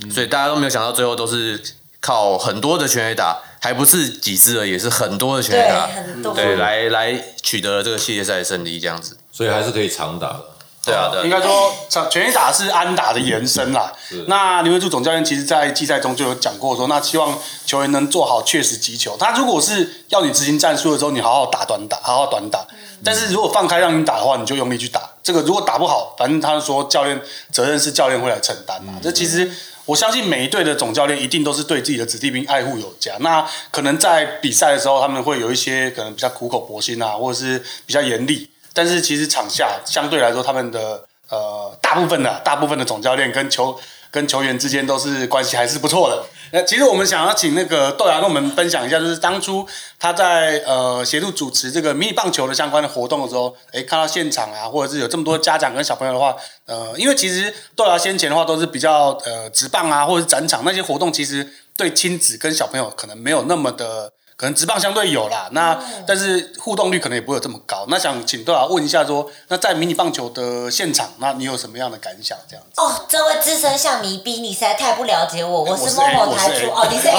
Speaker 5: 对，所以大家都没有想到最后都是靠很多的全垒打，还不是几支而已，是很多的全垒
Speaker 3: 对，
Speaker 5: 打。
Speaker 3: 很多。
Speaker 5: 对，来来取得了这个系列赛的胜利，这样子。
Speaker 1: 所以还是可以常打 的。
Speaker 5: 对啊，对啊
Speaker 4: 应该说，全垒打是安打的延伸啦。那刘伟柱总教练其实在季赛中就有讲过说，那希望球员能做好确实击球。他如果是要你执行战术的时候，你好好打短打，好好短打。但是如果放开让你打的话，你就用力去打。这个如果打不好，反正他说教练责任是教练会来承担嘛。这其实我相信每一队的总教练一定都是对自己的子弟兵爱护有加。那可能在比赛的时候，他们会有一些可能比较苦口婆心啊，或者是比较严厉。但是其实场下相对来说，他们的呃大部分的大部分的总教练跟球跟球员之间都是关系还是不错的。那其实我们想要请那个豆芽跟我们分享一下，就是当初他在呃协助主持这个迷你棒球的相关的活动的时候，诶，看到现场啊，或者是有这么多家长跟小朋友的话，呃，因为其实豆芽先前的话都是比较呃直棒啊，或者是展场那些活动，其实对亲子跟小朋友可能没有那么的可能直棒相对有啦，那、
Speaker 3: 哦
Speaker 4: 但是互动率可能也不会有这么高。那想请对啊问一下说，那在迷你棒球的现场，那你有什么样的感想？这样子，
Speaker 3: 哦，这位资深象迷逼，你实在太不了解我。我是
Speaker 4: 我
Speaker 3: 某
Speaker 4: 是 A，
Speaker 3: 某台
Speaker 4: 我是 A
Speaker 3: 出，哦，你是 A，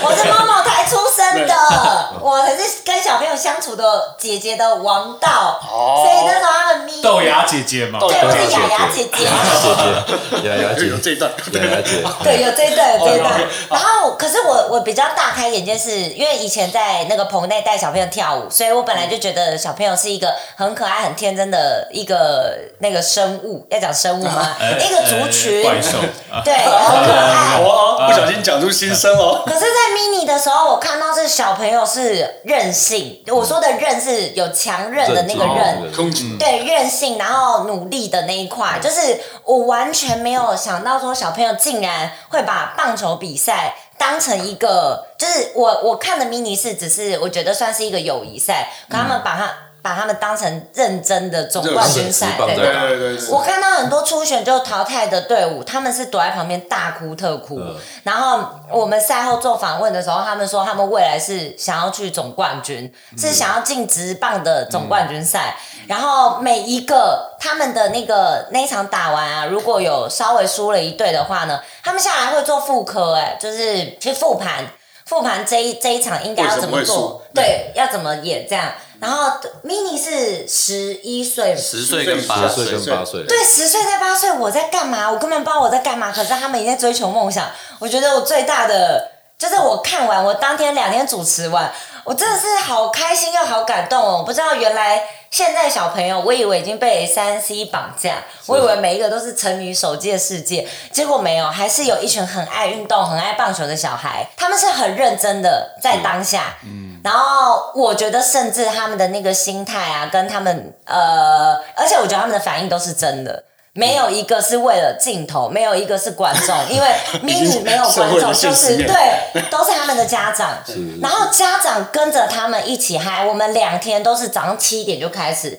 Speaker 3: 我是某某台出生的，我还是跟小朋友相处的姐姐的王道，
Speaker 4: 哦
Speaker 3: 所以那时候他们咪，
Speaker 2: 豆芽姐姐嘛，
Speaker 3: 对，我是雅雅姐 姐。
Speaker 1: 姐姐，雅 雅姐，
Speaker 4: 有这一段，
Speaker 1: 雅雅 姐，
Speaker 3: 对，有这一段，有这一段
Speaker 4: 哦有。
Speaker 3: 然后，可是我我比较大开眼界是，因为以前在那个棚内带小朋友跳舞，所以我本来就觉得小朋友是一个很可爱、很天真的一个那个生物，要讲生物吗？一个族群，
Speaker 2: 呃哎怪 兽，啊
Speaker 3: 对，很可爱。
Speaker 4: 我、啊
Speaker 2: 嗯
Speaker 4: 不小心讲出心声哦。
Speaker 3: 可是，在 mini 的时候，我看到这小朋友是任性，我说的任是有强韧的那个韧，
Speaker 2: 嗯
Speaker 4: 空警
Speaker 3: 嗯对嗯任性，然后努力的那一块，就是我完全没有想到说小朋友竟然会把棒球比赛当成一个，就是我我看的迷你是只是我觉得算是一个友谊赛，可他们把它、把他们当成认真的总冠军赛，
Speaker 1: 热身
Speaker 4: 对
Speaker 1: 对
Speaker 4: 对对对，
Speaker 3: 我看到很多初选就淘汰的队伍，他们是躲在旁边大哭特哭。
Speaker 1: 嗯
Speaker 3: 然后我们赛后做访问的时候，他们说他们未来是想要去总冠军，是想要进职棒的总冠军赛。然后每一个他们的那个那一场打完啊，如果有稍微输了一队的话呢，他们下来会做复科、哎，就是去复盘。复盘这一这一场应该要怎么
Speaker 4: 为什
Speaker 3: 做
Speaker 4: 么会输？
Speaker 3: 对，要怎么演这样？然后 mini 是十一岁嘛，
Speaker 5: 十岁跟八
Speaker 1: 十
Speaker 5: 岁
Speaker 1: 岁，跟八岁，
Speaker 3: 对，十岁在八岁，我在干嘛？我根本不知道我在干嘛。可是他们也在追求梦想。我觉得我最大的就是我看完，我当天两天主持完，我真的是好开心又好感动哦！我不知道原来现在小朋友，我以为已经被三 C 绑架，我以为每一个都是沉迷于手机的世界，结果没有，还是有一群很爱运动、很爱棒球的小孩，他们是很认真的在当下。
Speaker 4: 嗯
Speaker 3: 然后我觉得，甚至他们的那个心态啊，跟他们呃，而且我觉得他们的反应都是真的，没有一个是为了镜头，没有一个是观众， 因为 mini 没有
Speaker 4: 社
Speaker 3: 观
Speaker 4: 会的
Speaker 3: 众，
Speaker 4: 现
Speaker 3: 就
Speaker 4: 实
Speaker 3: 是
Speaker 4: 面
Speaker 3: 对，都是他们的家长。然后家长跟着他们一起嗨，我们两天都是早上七点就开始，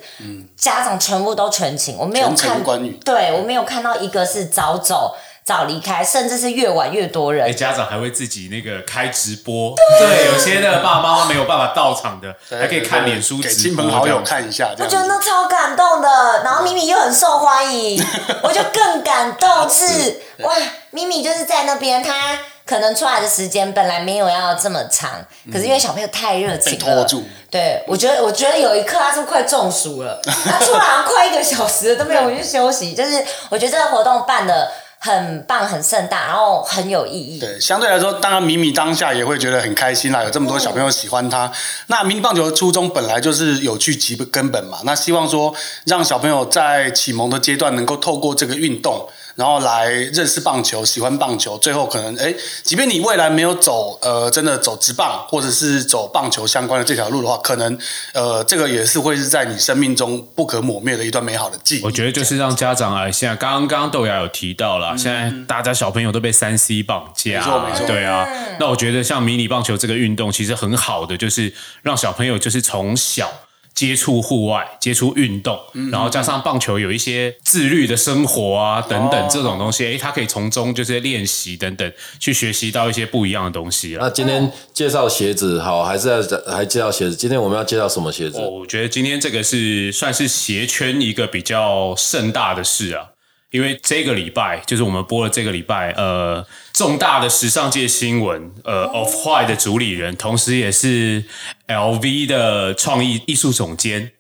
Speaker 3: 家长全部都全勤，我没有
Speaker 4: 嗯全程
Speaker 3: 看
Speaker 4: 观语
Speaker 3: 对我没有看到一个是早走早离开，甚至是越晚越多人
Speaker 2: 哎，。家长还会自己那个开直播，对，有些的爸爸妈妈没有办法到场的，还可以看脸书
Speaker 4: 给
Speaker 2: 直
Speaker 4: 亲
Speaker 2: 播
Speaker 4: 朋
Speaker 2: 这样子，
Speaker 4: 好友看一下，这
Speaker 3: 我
Speaker 4: 样
Speaker 3: 觉得
Speaker 4: 子。
Speaker 3: 那超感动的，然后咪咪又很受欢 迎，我就更感动
Speaker 4: 啊
Speaker 3: 是哇，咪咪就是在那边，她可能出来的时间本来没有要这么长，可是因为小朋友太热情
Speaker 4: 嗯被
Speaker 3: 了，
Speaker 4: 拖住
Speaker 3: 对，我觉得我觉得有一刻他是不是快中暑 了，他出来好像快一个小时了都没有回去休息，就是我觉得这个活动办的很棒、很盛大，然后很有意义。
Speaker 4: 对，相对来说，当然米米当下也会觉得很开心啦，有这么多小朋友喜欢他。那迷你棒球的初衷本来就是有趣其根本嘛，那希望说让小朋友在启蒙的阶段能够透过这个运动。然后来认识棒球，喜欢棒球，最后可能哎，即便你未来没有走呃真的走职棒或者是走棒球相关的这条路的话，可能呃这个也是会是在你生命中不可磨灭的一段美好的记忆。
Speaker 2: 我觉得就是让家长啊，现在刚刚刚豆芽有提到了，现在大家小朋友都被三 C 绑架，
Speaker 4: 嗯没错没错嗯
Speaker 2: 对啊。那我觉得像迷你棒球这个运动，其实很好的就是让小朋友就是从小。接触户外，接触运动，
Speaker 4: 嗯
Speaker 2: 然后加上棒球有一些自律的生活啊等
Speaker 4: 哦
Speaker 2: 等这种东西，诶，他可以从中就是练习等等，去学习到一些不一样的东西啊。
Speaker 1: 那今天介绍鞋子好，还是要还介绍鞋子？今天我们要介绍什么鞋子？
Speaker 2: 哦，我觉得今天这个是算是鞋圈一个比较盛大的事啊，因为这个礼拜就是我们播了这个礼拜呃重大的时尚界新闻，呃 Off White 的主理人，同时也是 LV 的创意艺术总监，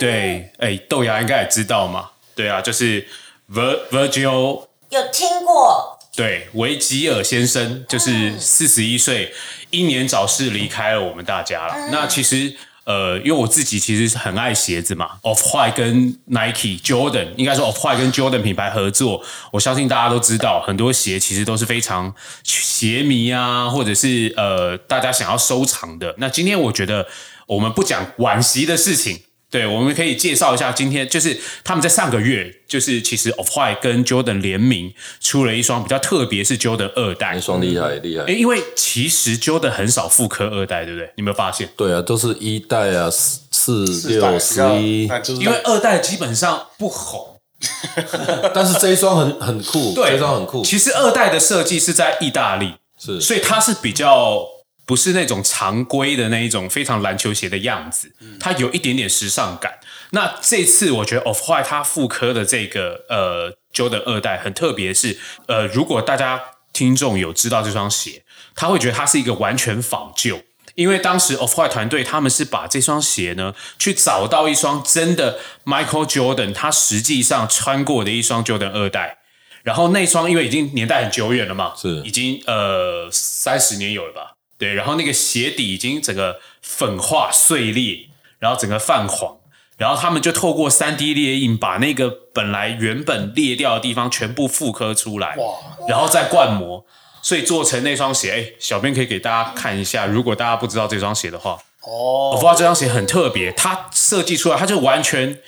Speaker 2: 对，哎，豆芽应该也知道嘛，对啊，就是 Vir Virgil
Speaker 3: 有听过
Speaker 2: 对，维吉尔先生就是四十一岁，英年早逝离开了我们大家了。那其实。呃，因为我自己其实是很爱鞋子嘛，Off White 跟 Nike、Jordan，应该说 Off White 跟 Jordan 品牌合作，我相信大家都知道，很多鞋其实都是非常鞋迷啊，或者是呃大家想要收藏的。那今天我觉得我们不讲惋惜的事情，对，我们可以介绍一下，今天就是他们在上个月，就是其实 Off White 跟 Jordan 联名出了一双比较特别，是 Jordan 二代
Speaker 1: 那。哎双厉害厉害。
Speaker 2: 诶，因为其实 Jordan 很少复刻二代，对不对？你有没有发现？
Speaker 1: 对啊，都是一代啊，四四六十一，
Speaker 4: 那就是
Speaker 2: 因为二代基本上不红。
Speaker 1: 但是这一双很很酷，
Speaker 2: 对，
Speaker 1: 这一双很酷，
Speaker 2: 其实二代的设计是在意大利，
Speaker 1: 是
Speaker 2: 所以它是比较不是那种常规的那一种非常篮球鞋的样子，它有一点点时尚感。那这次我觉得 Off White 它复刻的这个呃 Jordan 二代很特别是，呃，如果大家听众有知道这双鞋，他会觉得它是一个完全仿旧。因为当时 Off White 团队他们是把这双鞋呢，去找到一双真的 Michael Jordan 他实际上穿过的一双 Jordan 二代，然后那双因为已经年代很久远了嘛，
Speaker 1: 是
Speaker 2: 已经呃三十年有了吧？对，然后那个鞋底已经整个粉化碎裂，然后整个泛黄，然后他们就透过三 D 列印把那个本来原本裂掉的地方全部复刻出来，
Speaker 4: 哇，
Speaker 2: 然后再灌模，所以做成那双鞋。哎，小编可以给大家看一下，如果大家不知道这双鞋的话，
Speaker 4: 哦，
Speaker 2: 我发这双鞋很特别，它设计出来它就完全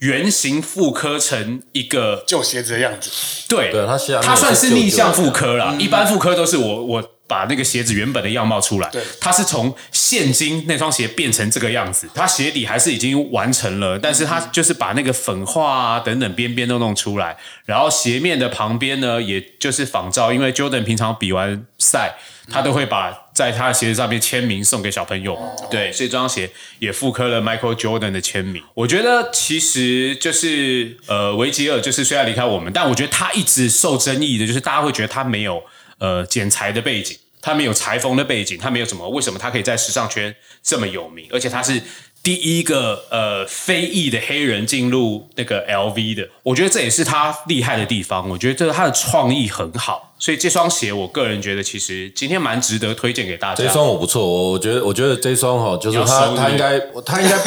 Speaker 2: 原型复刻成一个
Speaker 4: 旧鞋子的样子，
Speaker 2: 对，
Speaker 1: 对它下面
Speaker 2: 它算是
Speaker 1: 是旧
Speaker 2: 逆向
Speaker 1: 旧的
Speaker 2: 复刻啦。一般复刻都是我我把那个鞋子原本的样貌出来
Speaker 4: 对，
Speaker 2: 它是从现今那双鞋变成这个样子，它鞋底还是已经完成了，但是它就是把那个粉化啊等等边边都弄出来，然后鞋面的旁边呢，也就是仿照，因为 Jordan 平常比完赛，他都会把。在他的鞋子上面签名送给小朋友，对，所以这双鞋也复刻了 Michael Jordan 的签名。我觉得其实就是呃，维吉尔就是虽然离开我们，但我觉得他一直受争议的，就是大家会觉得他没有呃剪裁的背景，他没有裁缝的背景，他没有什么，为什么他可以在时尚圈这么有名？而且他是第一个呃非裔的黑人进入那个 LV 的，我觉得这也是他厉害的地方。我觉得这他的创意很好，所以这双鞋我个人觉得其实今天蛮值得推荐给大家
Speaker 1: 这一。双我不错，我我觉得我觉得这一双哈，就是
Speaker 2: 你要
Speaker 1: 它
Speaker 2: 收
Speaker 1: 它应该它 应该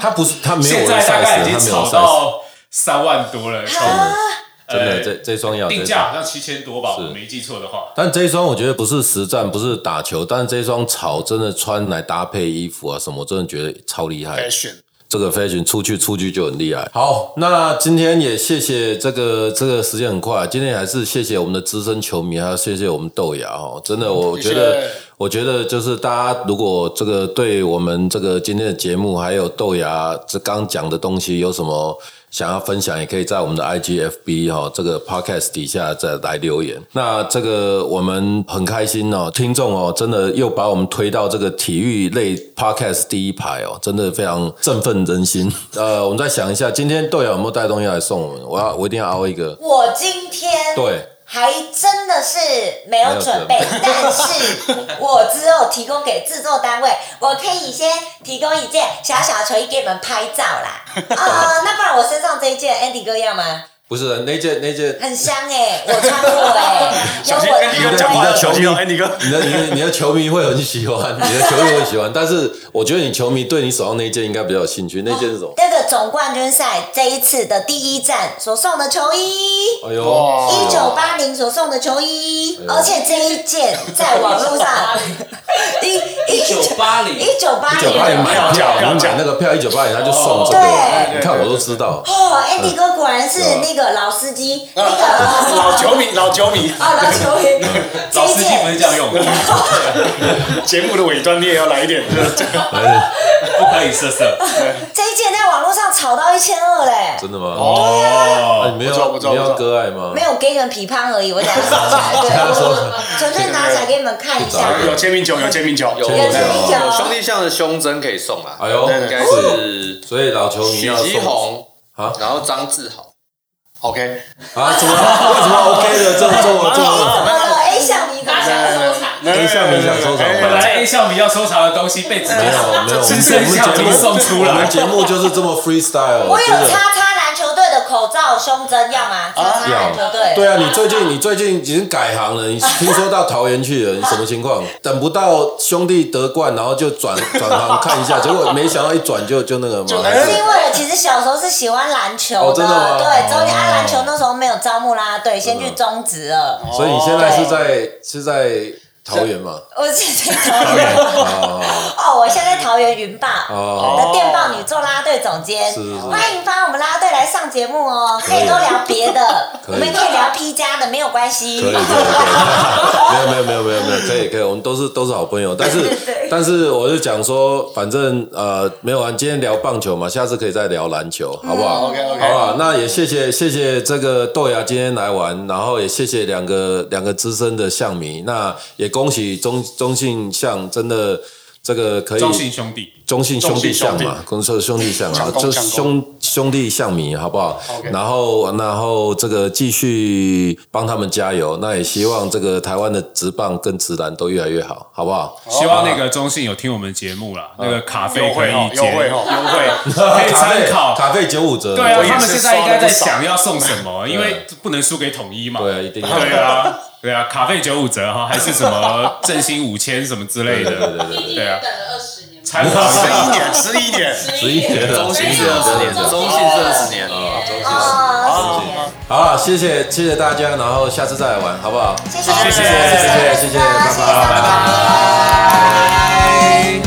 Speaker 1: 它不是它没有
Speaker 2: 现
Speaker 1: 我的
Speaker 2: 在大概
Speaker 1: size，
Speaker 2: 已经
Speaker 1: 它没有
Speaker 2: 炒
Speaker 1: size，
Speaker 2: 到三万多了，
Speaker 1: 真
Speaker 2: 呃
Speaker 1: 的这这一双要
Speaker 2: 定
Speaker 1: 这一双
Speaker 2: 价好像七千多吧，我没记错的话。
Speaker 1: 但这一双我觉得不是实战，不是打球，但这一双草真的穿来搭配衣服啊什么，我真的觉得超厉害。
Speaker 4: fashion
Speaker 1: 这个 fashion 出去出去就很厉害。好，那今天也谢谢这个这个时间很快，今天还是谢谢我们的资深球迷，还有谢谢我们豆芽哦，真的我觉得
Speaker 4: 谢谢
Speaker 1: 我觉得就是大家如果这个对我们这个今天的节目还有豆芽这刚讲的东西有什么想要分享，也可以在我们的 IGFB 哈、这个 podcast 底下再来留言。那这个我们很开心哦，听众哦，真的又把我们推到这个体育类 podcast 第一排哦，真的非常振奋人心。呃，我们再想一下，今天豆芽有没有带东西来送我们？我要我一定要凹一个，
Speaker 3: 我今天
Speaker 1: 对。
Speaker 3: 还真的是没有准
Speaker 1: 没
Speaker 3: 备
Speaker 1: 有，
Speaker 3: 但是我只有提供给制作单位，我可以先提供哦一件小小球衣给你们拍照啦。啊、那不然我身上这一件 Andy 哥要吗？
Speaker 1: 不是那届那届
Speaker 3: 很香哎、我穿过哎、
Speaker 4: 小心
Speaker 3: 有我
Speaker 4: 跟你
Speaker 1: 你
Speaker 4: 哥
Speaker 1: 的
Speaker 4: 讲
Speaker 1: 你
Speaker 4: 话
Speaker 1: 的
Speaker 4: 要
Speaker 1: 球
Speaker 4: 小
Speaker 1: 迷
Speaker 4: 心哦，哎，你哥，
Speaker 1: 你的你的你的球迷会很喜欢，你的球迷会喜欢，但是我觉得你球迷对你手上那一件应该比较有兴趣，那件是什么？
Speaker 3: 那个总冠军赛这一次的第一站所送的球衣，
Speaker 1: 哎呦，
Speaker 4: 哇
Speaker 3: 一九八零所送的球衣，而且这一件在网络上一一
Speaker 6: 一九八零，
Speaker 3: 一九八
Speaker 1: 一九八零
Speaker 3: 零。
Speaker 1: 买票，
Speaker 4: 票价
Speaker 1: 我们买那个票一九八零，他就送这个，
Speaker 3: 对
Speaker 1: 你看我都知道。
Speaker 3: 哦，艾迪哥果然是那个老司机，那个呃
Speaker 4: 老球迷，老球迷，
Speaker 3: 啊，老球员，这
Speaker 2: 老
Speaker 3: 一
Speaker 2: 司机不是
Speaker 3: 件
Speaker 2: 这样用的，
Speaker 4: 节目的尾端你也要来一点，就是这样
Speaker 1: 哎
Speaker 2: 不可以色色。
Speaker 3: 这一件在网络上炒到一千二嘞，
Speaker 1: 真的吗？啊
Speaker 2: 哦，
Speaker 1: 你没
Speaker 4: 不错不
Speaker 1: 有
Speaker 4: 错
Speaker 1: 没
Speaker 4: 不
Speaker 1: 有
Speaker 4: 错
Speaker 1: 割爱吗
Speaker 3: 没？有给你们批判而已，我拿起来，
Speaker 1: 他说
Speaker 3: 对，纯粹拿起来给你们看一下。
Speaker 4: 有签名球，有签名球，
Speaker 5: 有
Speaker 1: 有
Speaker 3: 哦
Speaker 5: 有兄弟像的胸针可以送啊啦，
Speaker 1: 哎呦，
Speaker 5: 应该
Speaker 1: 是，
Speaker 5: 是
Speaker 1: 所以老球迷
Speaker 5: 许
Speaker 1: 要
Speaker 5: 吉
Speaker 1: 送
Speaker 5: 宏，
Speaker 1: 啊
Speaker 5: 然后张志豪，
Speaker 4: ，OK，
Speaker 1: 啊？怎么为什么 OK 的这么这么这么？
Speaker 3: 呃，A 项你怎么
Speaker 6: 大家收藏。
Speaker 1: A 项没想收藏
Speaker 4: 哎
Speaker 2: 本来 A 项比要收藏的东西被直
Speaker 1: 啊没
Speaker 2: 接
Speaker 1: 有没有，我
Speaker 2: 只
Speaker 1: 们
Speaker 2: 剩下
Speaker 1: 我
Speaker 2: 怎
Speaker 1: 们节
Speaker 2: 么
Speaker 1: 目
Speaker 2: 送出
Speaker 1: 我
Speaker 2: 来
Speaker 1: 们？节目就是这么 freestyle，
Speaker 3: 我有
Speaker 1: 真的。
Speaker 3: 叉叉篮球队的口罩胸针，要吗？叉叉篮球队。
Speaker 1: 对啊，你最近你最近已经改行了，你听说到桃园去了，你什么情 况？等不到兄弟得冠，然后就转 转行看一下，结果没想到一转就就那个嘛。
Speaker 3: 是因为其实小时候是喜欢篮球
Speaker 1: 哦真的吗
Speaker 3: 对，只有你
Speaker 1: 哦
Speaker 3: 爱篮球那时候没有招募啦，对，先去中职了。
Speaker 1: 所以你现在是在是在桃园嘛？
Speaker 3: 我现在桃园，
Speaker 1: 哦
Speaker 3: 哦，我现在桃园云霸
Speaker 1: 哦
Speaker 3: 的电报女做啦啦队总监
Speaker 1: 是是是，
Speaker 3: 欢迎发我们啦啦队来上节目哦，可
Speaker 1: 以
Speaker 3: 以多聊别的，
Speaker 1: 可以
Speaker 3: 我们可以聊 P 加的，没有关系。
Speaker 1: 可以可以 可以，没有没有没有没有没有，可以可以，我们都是都是好朋友，但是但是我就讲说，反正呃没有啊，今天聊棒球嘛，下次可以再聊篮球，好不好？
Speaker 4: ，OK
Speaker 1: 好
Speaker 4: OK，
Speaker 1: 了，那也谢谢谢谢这个豆芽今天来玩，然后也谢谢两个两个资深的象迷，那也恭喜中中信象真的这个可以
Speaker 2: 中信兄弟，
Speaker 1: 中信兄弟象嘛，公司的兄弟象啊
Speaker 4: 强，攻
Speaker 1: 就
Speaker 4: 强攻
Speaker 1: 兄兄弟象迷好不好
Speaker 4: OK
Speaker 1: 然后然后这个继续帮他们加油，那也希望这个台湾的职棒跟职篮都越来越好，好不好？
Speaker 2: 希望那个中信有听我们节目啦，
Speaker 1: 嗯
Speaker 2: 那个卡费可以
Speaker 4: 优
Speaker 2: 减
Speaker 4: 惠哦优惠哦
Speaker 2: 优惠可以参考。
Speaker 1: 卡费九五折，
Speaker 2: 对啊，
Speaker 4: 也是
Speaker 2: 他们现在应该在
Speaker 4: 刷了
Speaker 2: 想要送什么，因为不能输给统一嘛。
Speaker 1: 对啊，一定要。
Speaker 2: 对啊，对啊，卡费九五折哈，还是什么振兴五千什么之
Speaker 1: 对
Speaker 2: 类
Speaker 1: 对
Speaker 2: 的，
Speaker 1: 对对
Speaker 6: 弟弟
Speaker 2: 对啊
Speaker 6: 也等了二十年，
Speaker 2: 才
Speaker 4: 十
Speaker 2: 完
Speaker 4: 一年，十一年，
Speaker 1: 十一年了
Speaker 5: 中信
Speaker 1: 十
Speaker 5: 是
Speaker 1: 一
Speaker 5: 二十
Speaker 1: 年
Speaker 5: 年，
Speaker 1: 了
Speaker 5: 中信是二十年，
Speaker 3: 哦，
Speaker 1: 好了，谢谢谢谢大家，然后下次再来玩，好不好？
Speaker 3: 谢谢，谢谢，谢谢，
Speaker 1: 谢谢谢谢
Speaker 3: 谢谢，
Speaker 1: 拜拜
Speaker 3: 拜拜。